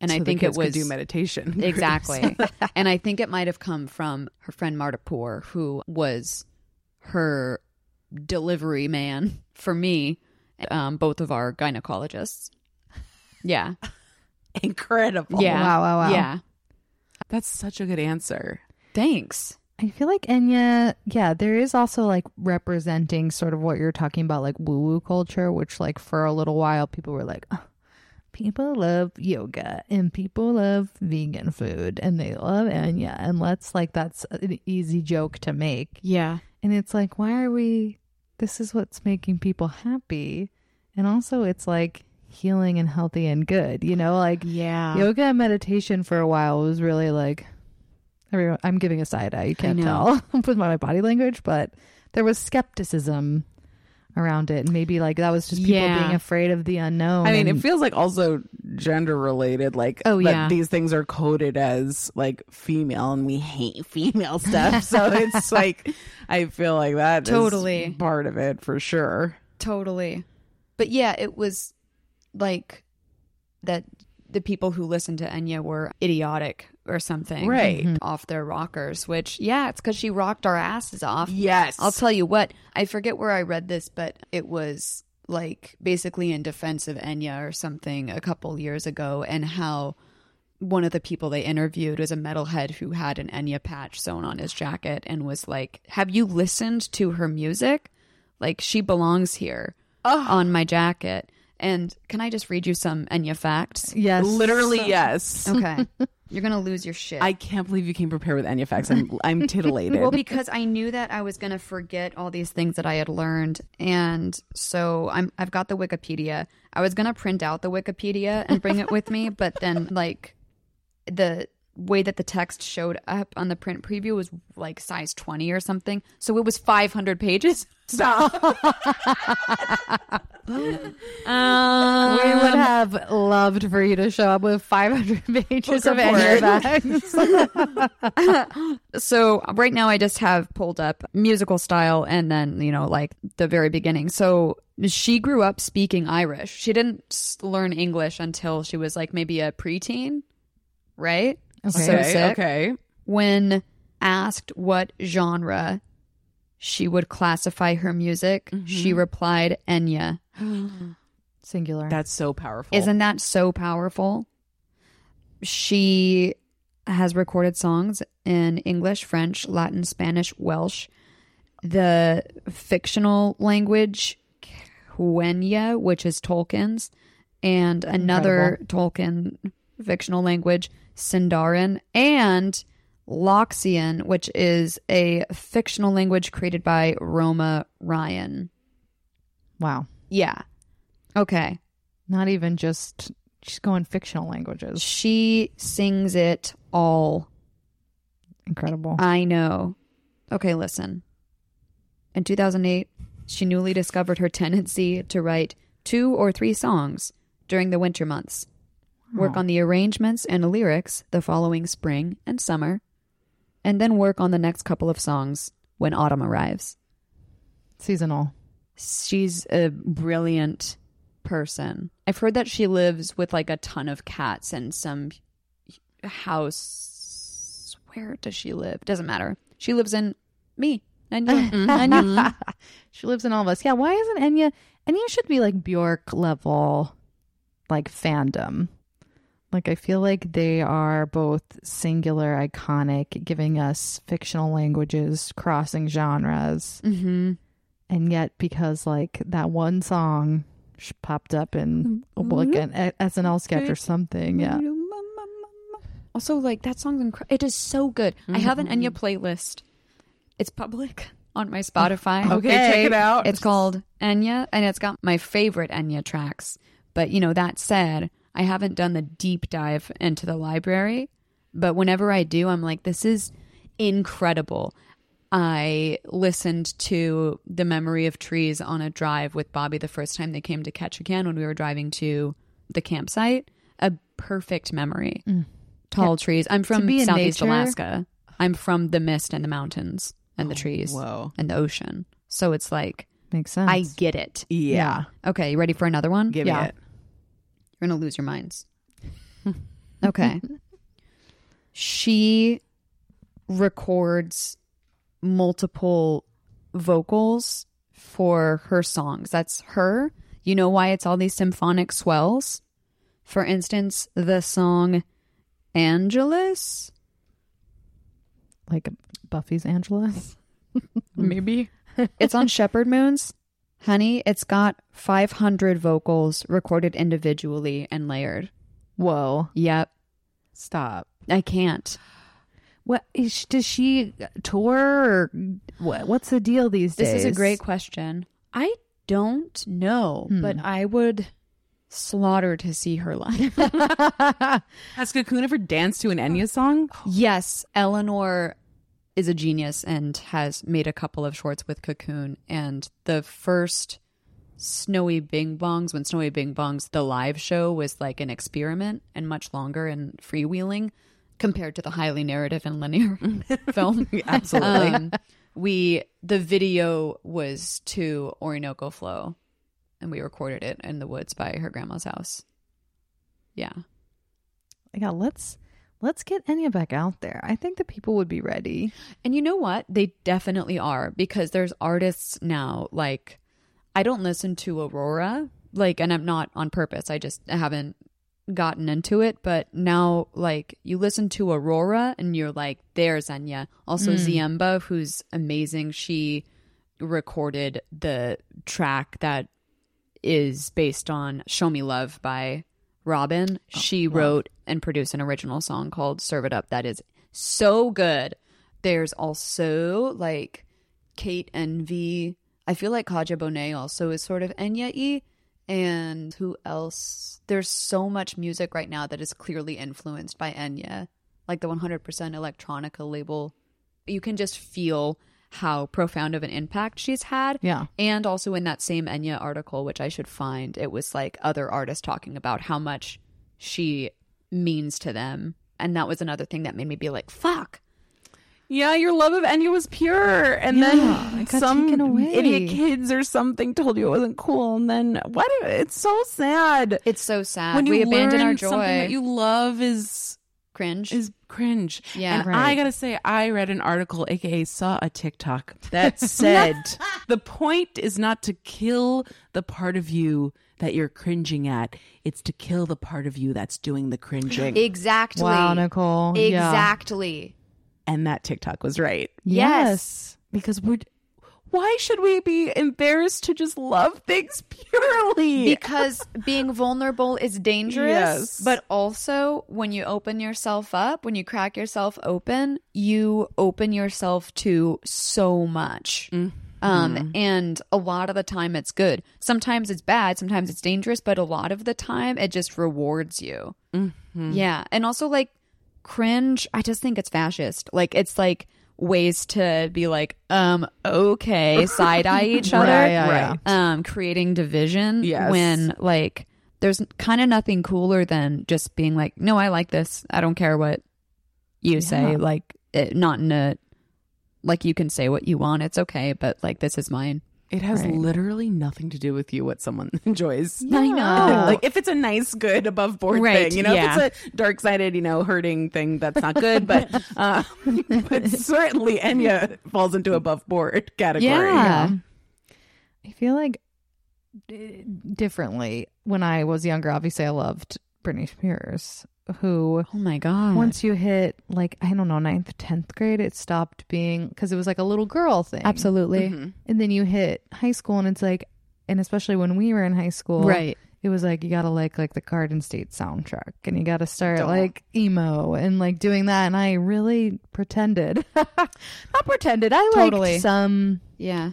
C: And
A: So
C: I
A: the
C: think it
A: kids could
C: was
A: do meditation. (laughs) groups.
C: Exactly. and I think it might have come from her friend Marta Poor, who was her delivery man (laughs) for me, um, both of our gynecologists. Yeah.
A: Incredible.
C: Yeah.
B: Wow, wow, wow.
C: Yeah.
A: That's such a good answer.
C: Thanks.
B: I feel like Enya, yeah, there is also like representing sort of what you're talking about, like woo woo culture, which like for a little while people were like, "Oh, people love yoga and people love vegan food and they love Enya. And let's like, that's an easy joke to make.
C: Yeah.
B: And it's like, why are we, this is what's making people happy. And also it's like healing and healthy and good, you know, like
C: Yeah.
B: yoga and meditation for a while was really like everyone i'm giving a side eye you can't
C: know.
B: tell (laughs) with my body language but there was skepticism around it and maybe like that was just people
C: Yeah.
B: being afraid of the unknown
A: I mean,
B: and-
A: it feels like also gender related. Like,
C: Oh,
A: that
C: yeah.
A: these things are coded as like female, and we hate (laughs) female
C: (laughs)
A: stuff. So it's like, I feel like that is
C: Totally.
A: part of it for sure.
C: Totally. But yeah, it was like that the people who listened to Enya were idiotic or something.
A: Right.
C: Off their rockers, which, yeah, it's because she rocked our asses off.
A: Yes,
C: I'll tell you what, I forget where I read this, but it was like basically in defense of Enya or something a couple years ago, and how one of the people they interviewed was a metalhead who had an Enya patch sewn on his jacket and was like, Have you listened to her music? Like, she belongs here on my jacket. And can I just read you some Enya facts?
B: yes
A: literally yes.
C: Okay. You're going to lose your shit.
A: I can't believe you came prepared with any facts. I'm
C: (laughs)
A: I'm titillated.
C: Well, because I knew that I was going to forget all these things that I had learned, and so I'm I've got the Wikipedia. I was going to print out the Wikipedia and bring it with me, but then like the way that the text showed up on the print preview was like size 20 or something. So it was 500 pages.
A: (laughs) Stop.
C: Um,
B: we would have loved for you to show up with 500 (laughs) pages of
C: report.
B: Enya
C: (laughs)
B: bags.
C: so right now I just have pulled up musical style and then, you know, like the very beginning. So she grew up speaking Irish. She didn't s- learn English until she was like maybe a preteen, right?
B: Okay.
C: So sick.
A: okay.
C: When asked what genre she would classify her music, she
B: Mm-hmm.
C: replied Enya.
B: Singular.
A: That's so powerful.
C: Isn't that so powerful? She has recorded songs in English, French, Latin, Spanish, Welsh, the fictional language Quenya, which is Tolkien's, and another Tolkien fictional language, Sindarin, and Loxian, which is a fictional language created by Roma Ryan.
B: wow.
C: Yeah. Okay.
B: Not even just, she's going fictional languages.
C: She sings it all.
B: Incredible.
C: I know. Okay, listen. In 2008, she newly discovered her tendency to write two or three songs during the winter months, work on the arrangements and lyrics the following spring and summer, and then work on the next couple of songs when autumn arrives.
B: Seasonal.
C: She's a brilliant person. I've heard that she lives with like a ton of cats and some house. Where does she live? Doesn't matter. She lives in me.
A: (laughs)
C: And you.
A: Mm-hmm.
C: (laughs) And you.
B: Mm-hmm. (laughs) She lives in all of us. Yeah, why isn't Enya? Enya should be like Bjork level, like fandom. Like, I feel like they are both singular, iconic, giving us fictional languages, crossing genres.
C: Mm-hmm.
B: And yet, because like that one song sh- popped up in like an a- SNL sketch or something. Yeah.
C: Mm-hmm. Also, like that song's incredible. It is so good. I have an
A: Mm-hmm.
C: Enya playlist. It's public on my Spotify.
A: Oh, Okay, check it out.
C: It's called Enya, and it's got my favorite Enya tracks. But you know, that said, I haven't done the deep dive into the library. But whenever I do, I'm like, this is incredible. I listened to The Memory of Trees on a drive with Bobby the first time they came to Ketchikan when we were driving to the campsite. A perfect memory. Tall trees. I'm from
B: Mm. be in
C: Southeast
B: nature-
C: Alaska. I'm from the mist and the mountains and
B: Oh,
C: the trees
A: Whoa.
C: and the ocean. So it's like,
B: Makes sense.
C: I get it.
A: Yeah.
C: Okay, you ready for another one?
A: Give
B: Yeah.
A: me it.
C: You're going to lose your minds. okay. She records multiple vocals for her songs. That's her. You know why it's all these symphonic swells? For instance, the song Angelus?
B: like Buffy's Angela.
A: Maybe.
C: It's on Shepherd Moons. Honey, it's got 500 vocals recorded individually and layered.
B: Whoa.
C: Yep.
A: Stop.
C: I can't.
B: What is she, does she tour? Or what, what's the deal these
C: This
B: days?
C: is a great question. I don't know, but I would slaughter to see her (laughs) live.
A: Has Cocoon ever danced to an Enya song?
C: Oh, yes, Eleanor is a genius and has made a couple of shorts with Cocoon and the first Snowy Bing Bongs when Snowy Bing Bongs the live show was like an experiment and much longer and freewheeling compared to the highly narrative and (laughs) linear film.
A: Absolutely.
C: um, we the video was to Orinoco Flow, and we recorded it in the woods by her grandma's house. Yeah,
B: Yeah, let's let's get Enya back out there. I think the people would be ready.
C: and you know what? They definitely are because there's artists now. Like, I don't listen to Aurora, like, and I'm not on purpose. I just haven't gotten into it. But now, like, you listen to Aurora, and you're like, there's Enya. Also, Ziemba, who's amazing. She recorded the track that is based on Show Me Love by Robin. she wrote and produced an original song called Serve It Up that is so good. There's also like Kate Envy. I feel like Kaja Bonet also is sort of Enya y. E. And who else? There's so much music right now that is clearly influenced by Enya, like the 100% Electronica label. You can just feel how profound of an impact she's had.
B: Yeah.
C: And also in that same Enya article, which I should find, it was like other artists talking about how much she means to them. And that was another thing that made me be like, fuck.
A: (laughs) Yeah, your love of Enya was pure, and
B: Yeah,
A: then
B: it got
A: some
B: taken away.
A: idiot kids or something told you it wasn't cool, and then what? It's so sad.
C: It's so sad.
A: when you
C: we abandon our
A: learn something
C: joy.
A: that you love is
C: Cringe.
A: is cringe.
C: Yeah.
A: and
B: Right.
A: I gotta say, I read an article, aka saw a TikTok that said the point is not to kill the part of you that you're cringing at; it's to kill the part of you that's doing the cringing.
C: exactly.
B: Wow, Nicole. Yeah.
C: Exactly.
A: and that TikTok was right.
B: Yes.
A: because we're why should we be embarrassed to just love things (laughs) purely
C: Because being vulnerable is dangerous.
A: Yes.
C: But also, when you open yourself up, when you crack yourself open, you open yourself to so much. Um, and a lot of the time, it's good. Sometimes it's bad. Sometimes it's dangerous. But a lot of the time, it just rewards you.
A: Mm-hmm.
B: Mm-hmm.
C: Yeah. And also, like, cringe, I just think it's fascist. Like, it's like ways to be like, um,
B: (laughs)
C: okay, side eye each
B: Right,
C: other
B: yeah, yeah.
A: Right.
C: um creating division
A: Yes.
C: when like there's kind of nothing cooler than just being like no i like this i don't care what you say like it, not in a like you can say what you want it's okay but like this is mine
A: it has
B: Right.
A: literally nothing to do with you what someone (laughs) enjoys
C: i know
A: like if it's a nice good above board
C: Right,
A: thing you know
C: yeah.
A: if it's a dark sided you know hurting thing that's not good
C: (laughs)
A: but uh, but certainly enya falls into above board category
C: yeah
B: uh, I feel like d- differently when I was younger. Obviously, I loved Britney Spears, who
C: Oh my god.
B: once you hit like I don't know ninth, tenth grade, it stopped being because it was like a little girl thing.
C: Absolutely.
A: Mm-hmm.
B: And then you hit high school, and it's like, and especially when we were in high school,
C: Right.
B: It was like you gotta like like the Garden State soundtrack, and you gotta start like emo and like doing that. And I really pretended, (laughs) not pretended. I
C: Totally.
B: liked some
C: Yeah.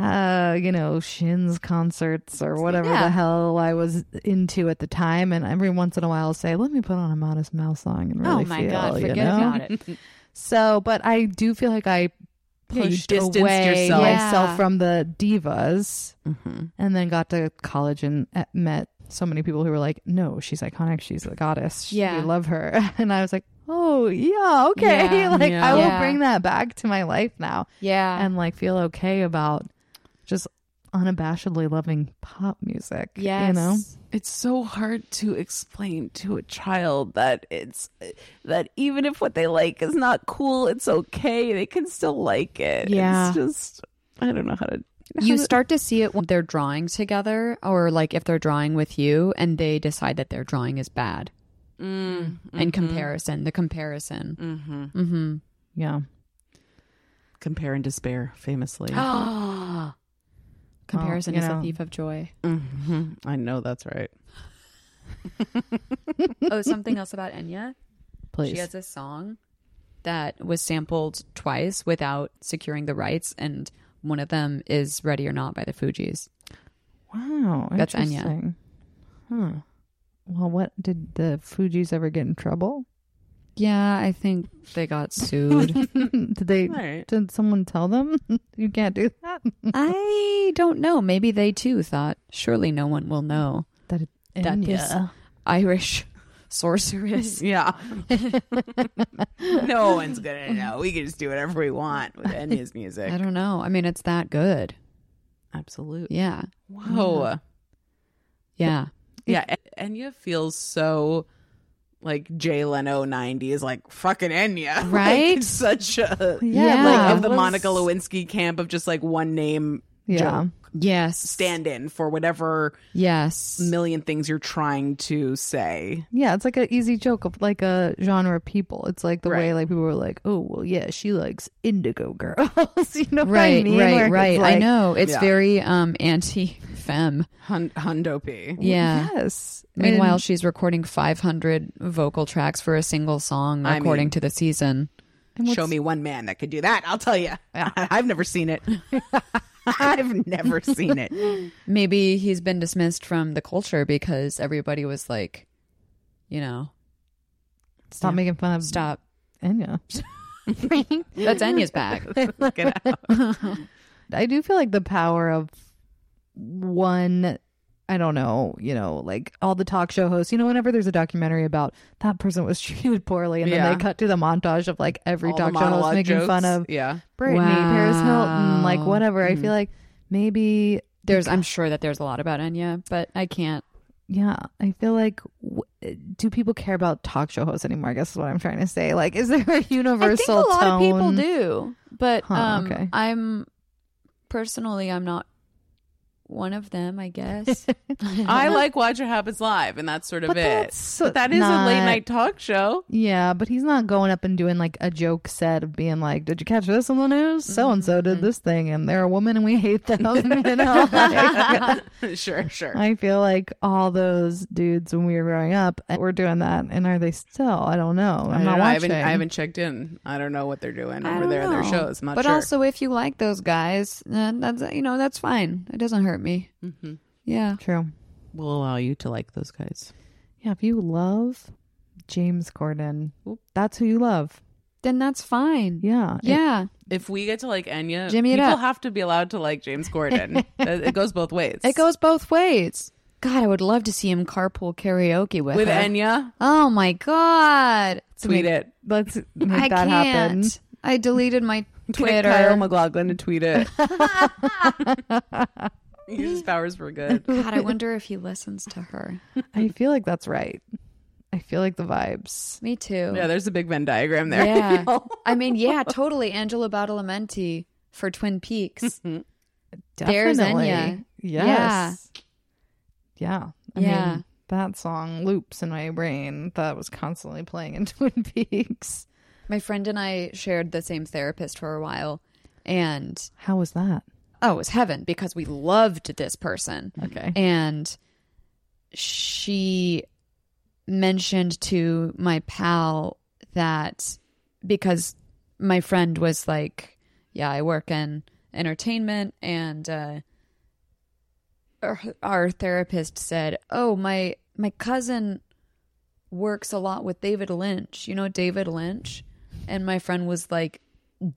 B: uh, you know, Shins concerts or whatever
C: Yeah.
B: the hell I was into at the time. And every once in a while, I'll say, "Let me put on a Modest Mouse song and really
C: oh my
B: feel."
C: god,
B: you
C: forget
B: know?
C: about it.
B: So, but I do feel like I
A: Yeah, you
B: pushed
A: distanced
B: away
A: yourself.
B: myself
C: Yeah.
B: from the divas,
A: Mm-hmm.
B: and then got to college and uh, met so many people who were like, "No, she's iconic. She's a goddess.
C: Yeah.
B: we love her." (laughs) And I was like, "Oh yeah, okay. (laughs)
C: Yeah.
B: like
A: Yeah.
B: I will
C: Yeah.
B: bring that back to my life now." (laughs)
C: Yeah.
B: and like feel okay about just unabashedly loving pop music.
C: yes.
B: You know?
A: It's so hard to explain to a child that it's that even if what they like is not cool, it's okay. They can still like it.
B: Yeah.
A: It's just I don't know how to
C: You start to see it when they're drawing together or like if they're drawing with you and they decide that their drawing is bad. In comparison, the comparison. Mm-hmm. Mm-hmm.
B: Yeah.
A: compare and despair (gasps) famously.
C: (gasps) Ah. Comparison
B: you
C: is
B: know.
C: a thief of joy.
A: Mhm. I know that's right.
C: oh, something else about (laughs) Enya.
B: Please.
C: She has a song that was sampled twice without securing the rights, and one of them is "Ready or Not" by the Fugees.
B: wow.
C: That's Enya.
B: interesting. Huh. Well, what did the Fugees ever get in trouble?
C: Yeah, I think they (laughs) got sued.
B: (laughs) did they
A: All right.
B: did someone tell them (laughs) you can't do that?
C: (laughs) I don't know. Maybe they too thought, surely no one will know.
B: That it,
C: That is- Irish
A: (laughs)
C: sorceress.
A: Yeah. no one's gonna know. We can just do whatever we want with Enya's music.
C: I don't know. I mean, it's that good.
A: (laughs) Absolutely.
C: Yeah.
A: Wow.
C: Yeah.
A: Yeah, En- Enya feels so like Jay Leno '90s, like fucking Enya, (laughs) Like,
C: Right?
A: it's such a
B: Yeah,
A: like of
B: it
A: the
B: was-
A: Monica Lewinsky camp of just like one name
B: Yeah.
A: joke
C: Yes.
A: stand-in for whatever
C: Yes.
A: million things you're trying to say.
B: Yeah, it's like an easy joke of like a genre of people. It's like the way
A: Right.
B: like people were like, "Oh, well, yeah, she likes Indigo Girls," (laughs) you know? what I
C: Right,
B: mean? Where
C: right,
B: it's
C: right. I
B: like-
C: know it's
A: Yeah.
C: very um anti-femme.
A: Hun- Hundo P.
C: Yeah.
B: Yes.
C: Meanwhile,
B: And-
C: she's recording 500 vocal tracks for a single song,
A: I
C: according
A: mean-
C: to the season.
B: and what's-
A: Show me one man that could do that. I'll tell you. (laughs) I've never seen it. I've never seen
B: (laughs)
A: it.
C: Maybe he's been dismissed from the culture because everybody was like, you know,
B: Stop making fun of
C: stop.
B: Enya.
C: That's Enya's back.
A: Look it up.
B: I do feel like the power of one. I don't know, you know, like all the talk show hosts, you know, whenever there's a documentary about that person was (laughs) treated poorly and
A: Yeah.
B: then they cut to the montage of like every
A: All the
B: talk show host
A: monologue
B: making fun
A: jokes. Mm-hmm.
B: of
A: Yeah.
B: Britney, Paris Hilton, like
C: Wow.
B: whatever. I feel like maybe
C: There's, I'm sure that there's a lot about Enya, but I can't.
B: Yeah, I feel like w- do people care about talk show hosts anymore? I guess is what I'm trying to say. Like, is there a universal
C: a lot of people
B: tone?
C: do, but
B: Huh,
C: um,
B: okay.
C: I'm personally, I'm not one of them. I guess.
A: (laughs) I like Watch What Happens Live, and that's sort of
B: But
A: it.
B: that's
A: But that is a late
B: not-
A: night talk
B: (laughs)
A: show.
B: Yeah, but he's not going up and doing like a joke set of being like, "Did you catch this on the news? So and so
A: Mm-hmm.
B: did this thing, and they're a woman, and we
A: (laughs)
B: hate them." you know, (laughs) like,
A: sure, sure.
B: I feel like all those dudes when we were growing up eh, were doing that, and are they still? I don't know.
A: I
B: I'm not
A: don't know. I haven't,
B: watching.
A: I haven't checked in. I don't know what they're doing
C: I
A: over
C: don't
A: there in their
C: know.
A: shows. I'm not
C: but
A: sure.
C: also, if you like those guys, then that's you know that's fine. It doesn't hurt me.
A: Mm-hmm.
C: Yeah,
B: True.
A: we'll allow you to like those guys.
B: Yeah, if you love James Corden, that's who you love.
C: then that's fine.
B: Yeah. It-
C: yeah,
A: If we get to like Enya,
C: Jimmy it
A: people
C: up.
A: have to be allowed to like James
C: (laughs)
A: Gordon. it goes both ways.
C: it goes both ways. God, I would love to see him carpool karaoke with
A: with
C: her.
A: Enya.
C: oh my god,
A: Tweet it. (laughs)
B: Let's make
C: I
B: that happen.
C: can't. I deleted my
A: Get Kyle
C: Twitter.
A: McLaughlin to tweet
C: (laughs)
A: it. (laughs) His powers were good.
C: God, I wonder if he listens to her.
B: I feel like that's right. I feel like the vibes.
C: Me too.
A: (laughs) Yeah, there's a big Venn diagram there.
C: Oh. Yeah. I mean, yeah, totally. Angela Badalamenti for Twin Peaks. There's
B: Definitely.
C: Enya.
B: Yes. Yeah. I
C: Yeah.
B: mean, that song loops in my brain that was constantly playing in (laughs) Twin Peaks.
C: My friend and I shared the same therapist for a while, and
B: How was that?
C: oh, it was heaven because we loved this person.
B: Okay.
C: And she mentioned to my pal that because my friend was like, Yeah, I work in entertainment. And uh, our, our therapist said, Oh, my, my cousin works a lot with David Lynch. You know, David Lynch? And my friend was like,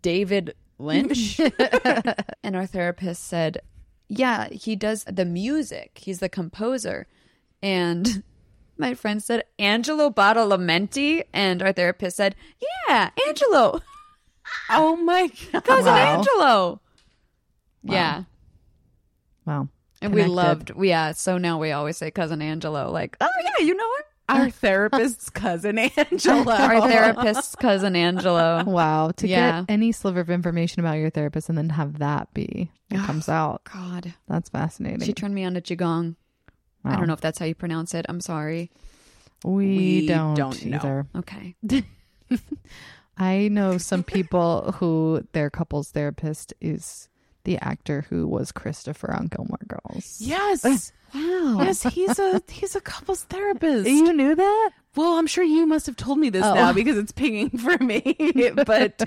C: David Lynch? and our therapist said, Yeah, he does the music. He's the composer. And (laughs) my friend said, Angelo Badalamenti. And our therapist said, Yeah, Angelo,
A: Oh my god.
C: cousin
B: Wow.
C: Angelo. Yeah.
B: Wow.
C: And
B: Connected.
C: we loved, yeah. So now we always say cousin Angelo,
B: (laughs)
C: like, Oh, yeah, you know him.
A: Our therapist's cousin (laughs) Angela.
C: Our therapist's cousin Angelo.
B: Wow. To
C: Yeah.
B: get any sliver of information about your therapist and then have that be what comes out.
C: God.
B: That's fascinating.
C: She turned me on to Qigong. I
B: Wow.
C: don't know if that's how you pronounce it. I'm sorry.
B: We,
A: We
B: don't,
A: don't know.
B: either.
C: Okay.
B: I know some people who their couples therapist is the actor who was Christopher on Gilmore Girls.
A: Yes.
C: Wow.
A: Yes, he's a he's a couples therapist.
B: You knew that?
A: Well, I'm sure you must have told me this
B: Oh.
A: now because it's pinging (laughs) for
B: (laughs)
A: me. but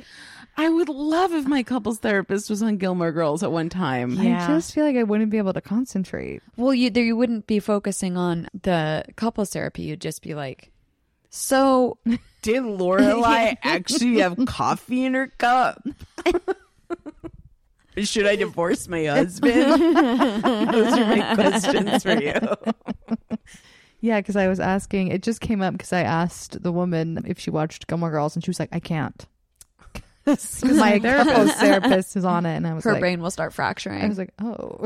A: I would love if my couples therapist was on Gilmore Girls at one time.
B: I just feel like I wouldn't be able to concentrate.
C: Well, you there you wouldn't be focusing on the couples therapy. You'd just be like, so
A: Did
B: (laughs)
A: Lorelai actually have coffee in her cup? (laughs) Should I divorce my husband? (laughs) Those are my questions for you.
B: Yeah, because I was asking, it just came up because I asked the woman if she watched Gilmore Girls, and she was like, I (laughs) can't. 'Cause (laughs) my couples therapist is on it, and I was
C: her
B: like,
C: brain will start
B: I was
C: fracturing.
B: like, oh,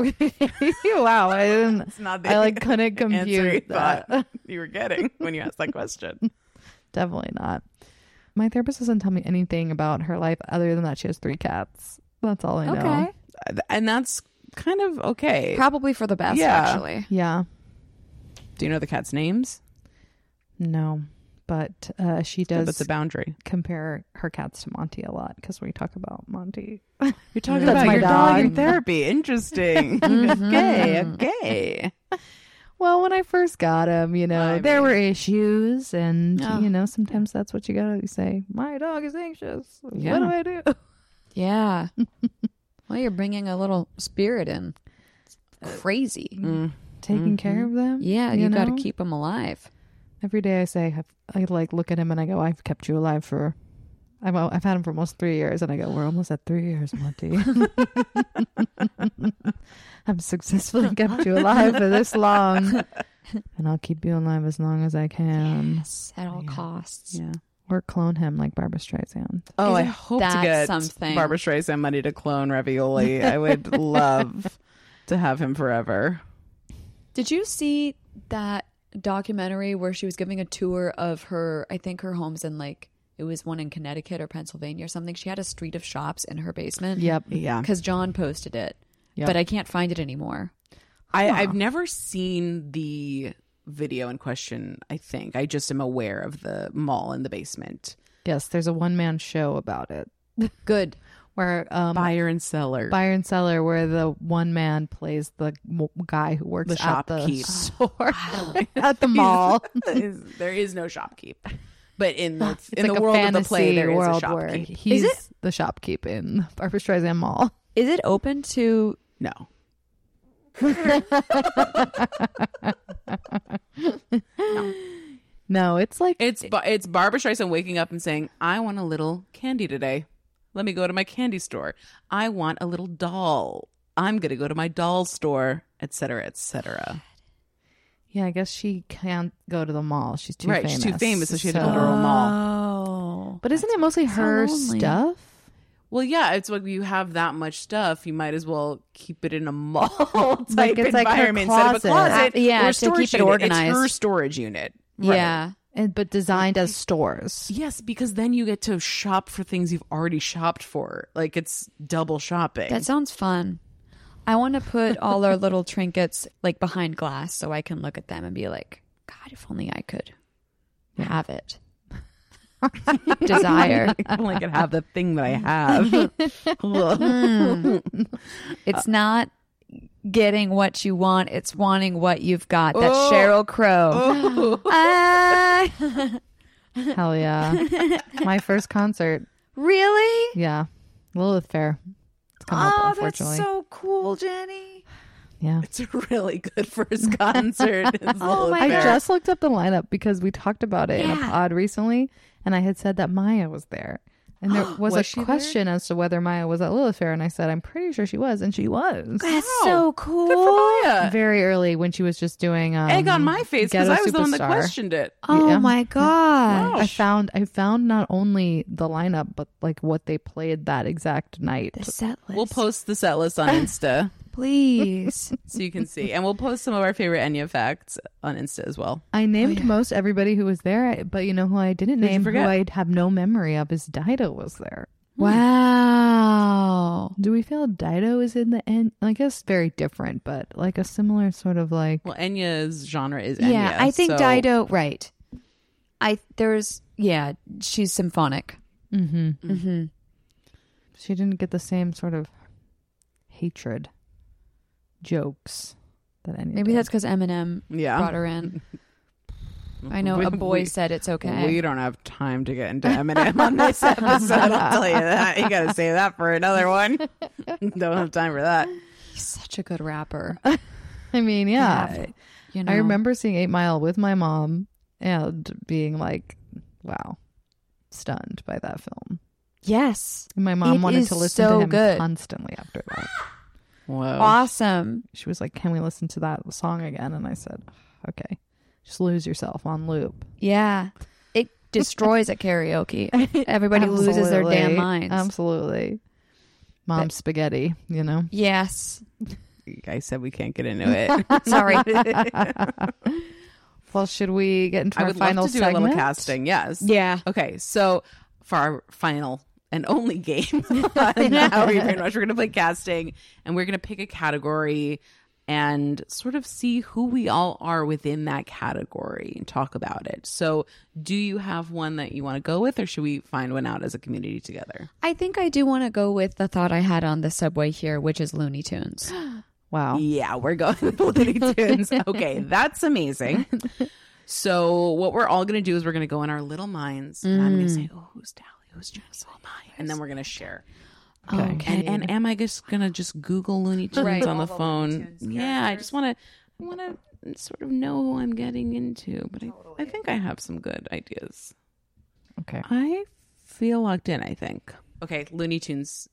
B: (laughs) wow, I didn't.
A: not
B: I like couldn't (laughs)
A: answer you
B: compute that.
A: thought (laughs) you were getting when you asked that question.
B: (laughs) Definitely not. My therapist doesn't tell me anything about her life other than that she has three cats. That's all I know.
C: Okay.
A: And that's kind of okay.
C: Probably for the best,
A: Yeah.
C: actually.
B: Yeah.
A: Do you know the cat's names?
B: No. But uh, she
A: That's
B: does
A: a boundary.
B: compare her cats to Monty a lot because we talk about Monty.
A: You're talking
B: That's
A: about
B: my
A: your dog.
B: dog.
A: in therapy.
B: (laughs)
A: Interesting. (laughs) okay,
C: Mm-hmm.
A: okay.
B: Well, when I first got him, you know,
A: I
B: there were issues, and
C: Oh.
B: you know, sometimes that's what you gotta say. My dog is anxious.
A: Yeah.
B: What do I do? (laughs)
A: (laughs)
C: Yeah. well, you're bringing a little spirit in. It's crazy.
B: Taking
A: Mm-hmm.
B: care of them.
C: Yeah, you, got to
B: know?
C: keep them alive.
B: Every day I say, I've, I like look at him and I go, I've kept you alive for, I've, I've had him for almost three years. And I go, we're almost at three years, Monty. (laughs) I've successfully kept you alive for
A: (laughs)
B: this long. And I'll keep you alive as long as I can.
C: Yes, at all costs.
A: Yeah.
B: Or clone him like Barbara Streisand.
A: Oh, I
C: Isn't
A: hope to
C: that
A: get
C: something?
A: Barbara Streisand money to clone Ravioli. I would love to have him forever.
C: Did you see that documentary where she was giving a tour of her, I think her home's in like, it was one in Connecticut or Pennsylvania or something. She had a street of shops in her
A: Mhm.
C: basement.
B: Yep.
A: Yeah,
C: Because John posted it,
B: Yep.
C: but I can't find it anymore.
A: I, I've never seen the video in question. I think I just am aware of the mall in the basement,
B: Yes, there's a one man show about it
C: Good.
B: where um,
A: buyer and seller.
B: buyer and seller, where the one man plays the w- guy who works
A: The
B: at the
A: shopkeep. (laughs)
B: store at the mall.
A: there is no shopkeep, but in the (laughs) in
B: like
A: the
B: a
A: world of the play,
B: fantasy
A: there is a
B: world where
A: shopkeep.
B: he's
C: it-
B: the shopkeep in Barbara Streisand Mall. (laughs)
C: Is it open to
A: No.
B: No, it's like
A: It's Ba- it's Barbara Streisand waking up and saying, "I want a little candy today. Let me go to my candy store. I want a little doll. I'm gonna go to my doll store, etc., etc."
B: yeah, I guess she can't go to the mall. She's too
A: Right,
B: famous.
A: she's too famous, so she had to go to
B: so-
A: her own mall.
C: Oh.
B: But isn't it mostly her
C: lonely.
B: stuff?
A: Well, yeah, it's like you have that much stuff, you might as well keep it in a mall (laughs) type
B: Like, it's like her
A: environment instead of a
B: closet.
A: closet.
C: Yeah,
A: or a
C: to keep
A: storage
C: it
A: unit. It's her
C: organized.
A: storage unit.
C: Yeah.
B: And but designed as stores.
A: Yes, because then you get to shop for things you've already shopped for. Like it's double shopping. (laughs)
C: That sounds fun. I want to put all our little trinkets like behind glass so I can look at them and be like, God, if only I could have it. (laughs) Desire.
A: I only could have the thing that I have.
C: (laughs)
A: (laughs)
C: Mm. It's not getting what you want, it's wanting what you've got. That's
A: Oh.
C: (laughs) Cheryl Crow. Ah.
B: (laughs) Hell yeah.
A: (laughs)
B: My first concert.
C: really?
B: Yeah. Lilith Fair. It's come
C: Oh,
B: up,
C: that's
B: unfortunately.
C: so cool, Jenny.
B: yeah.
A: It's a really good first (laughs) concert. It's
C: (laughs) Oh my
B: I
C: Fair.
B: just looked up the lineup because we talked about it in a
C: Yeah.
B: pod recently, and I had said that Maya was there.
A: (gasps)
B: And there was,
A: Was she there?
B: a question as to whether Maya was at Lilith Fair, and I said, I'm pretty sure she was, and she was.
C: That's
A: Wow.
C: so cool.
A: Good for Maya.
B: Very early when she was just doing um,
A: Egg on my face because
B: Ghetto
A: I was the one that
B: Superstar.
A: questioned it.
C: Oh
B: Yeah.
C: my god.
B: I
A: Gosh.
B: found I found not only the lineup but like what they played that exact night.
C: The set list.
A: We'll post the set
C: (laughs)
A: list on Insta
C: please.
A: so you can see. And we'll post some of our favorite Enya facts on Insta as well.
B: I named most everybody who was there, I- but you know who I didn't
A: Who'd you
B: name, who
A: forget?
B: I have no memory of, is Dido was there.
C: wow.
B: Do we feel Dido is in the end? I guess very different, but like a similar sort of like
A: Well, Enya's genre is Enya.
C: Yeah, I think
A: so-
C: Dido right. I there's yeah, she's symphonic.
B: hmm
C: Mm-hmm.
B: she didn't get the same sort of hatred jokes that any
C: Maybe that's because Eminem brought
A: Yeah.
C: her in. I know
A: (laughs) We-
C: a boy
A: we-
C: said it's okay.
A: We don't have time to get into Eminem on
C: (laughs)
A: this episode. I'll tell you that. You got to save that for another
C: (laughs)
A: one. don't have time for that.
C: He's such a good rapper.
B: I mean, yeah.
C: Yeah, You know,
B: I remember seeing Eight Mile with my mom and being like, wow, stunned by that film.
C: Yes,
B: And my mom
C: It
B: wanted
C: is
B: to listen
C: so
B: to him
C: good.
B: constantly after that.
A: Whoa.
C: awesome.
B: She was like, can we listen to that song again? And I said, okay, just lose yourself on loop.
C: Yeah, it destroys at karaoke. Everybody loses their damn
B: Absolutely. Um,
C: minds.
B: Absolutely. Mom spaghetti, you know?
C: yes,
A: I said we can't get into it. (laughs)
C: (laughs) sorry.
B: Well, should we get into
A: I
B: our
A: would love
B: final
A: to do a
B: segment?
A: little casting. Yes.
C: yeah,
A: Okay, so for our final and only
B: (laughs)
A: game (laughs) on How You Brainwash, we're going to play casting and we're going to pick a category and sort of see who we all are within that category and talk about it. So, do you have one that you want to go with or should we find one out as a community together?
C: I think I do want to go with the thought I had on the subway here, which is Looney Tunes. (gasps)
B: Wow.
A: Yeah, we're going with Looney Tunes. Okay, that's amazing. So, what we're all going to do is we're going to go in our little minds and I'm going to say, oh, who's Dally? Who's Jess? Who am I? And then we're going to share. Um,
B: Okay.
A: And, and am I just gonna just Google Looney Tunes
C: Right.
A: on the
C: All the Looney
A: phone?
C: Tunes
A: Yeah, I just want to, I want to sort of know who I'm getting into. But I, I think I have some good ideas.
B: Okay.
A: I feel locked in. I think. Okay, Looney Tunes.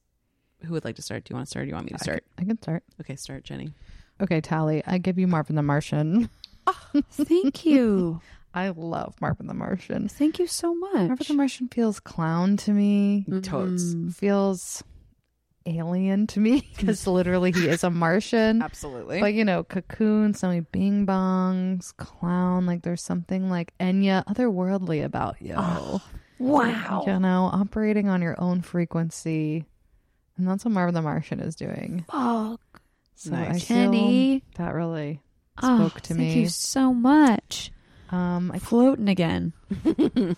A: Who would like to start? Do you want to start? Or do you want me to start?
B: I can start.
A: Okay, start, Jenny.
B: Okay, Tally, I give you Marvin the Martian. (laughs)
C: (laughs) Thank you,
B: I love Marvin the Martian.
C: thank you so
B: Marvin
C: much.
B: the Martian feels clown to me.
A: Toads.
C: Mm.
B: Mm. Feels alien to me (laughs) because literally he is a Martian.
A: Absolutely.
B: But you know, cocoon, so many bing bongs, clown. Like there's something like Enya, otherworldly about you.
C: Wow.
B: You know, operating on your own frequency, and that's what Marvin the Martian is doing.
C: Oh,
B: So
A: Nice.
B: I feel
C: Kenny.
B: that really
C: Oh,
B: spoke to
C: thank
B: me.
C: you so much.
B: Um, I
C: Floating again.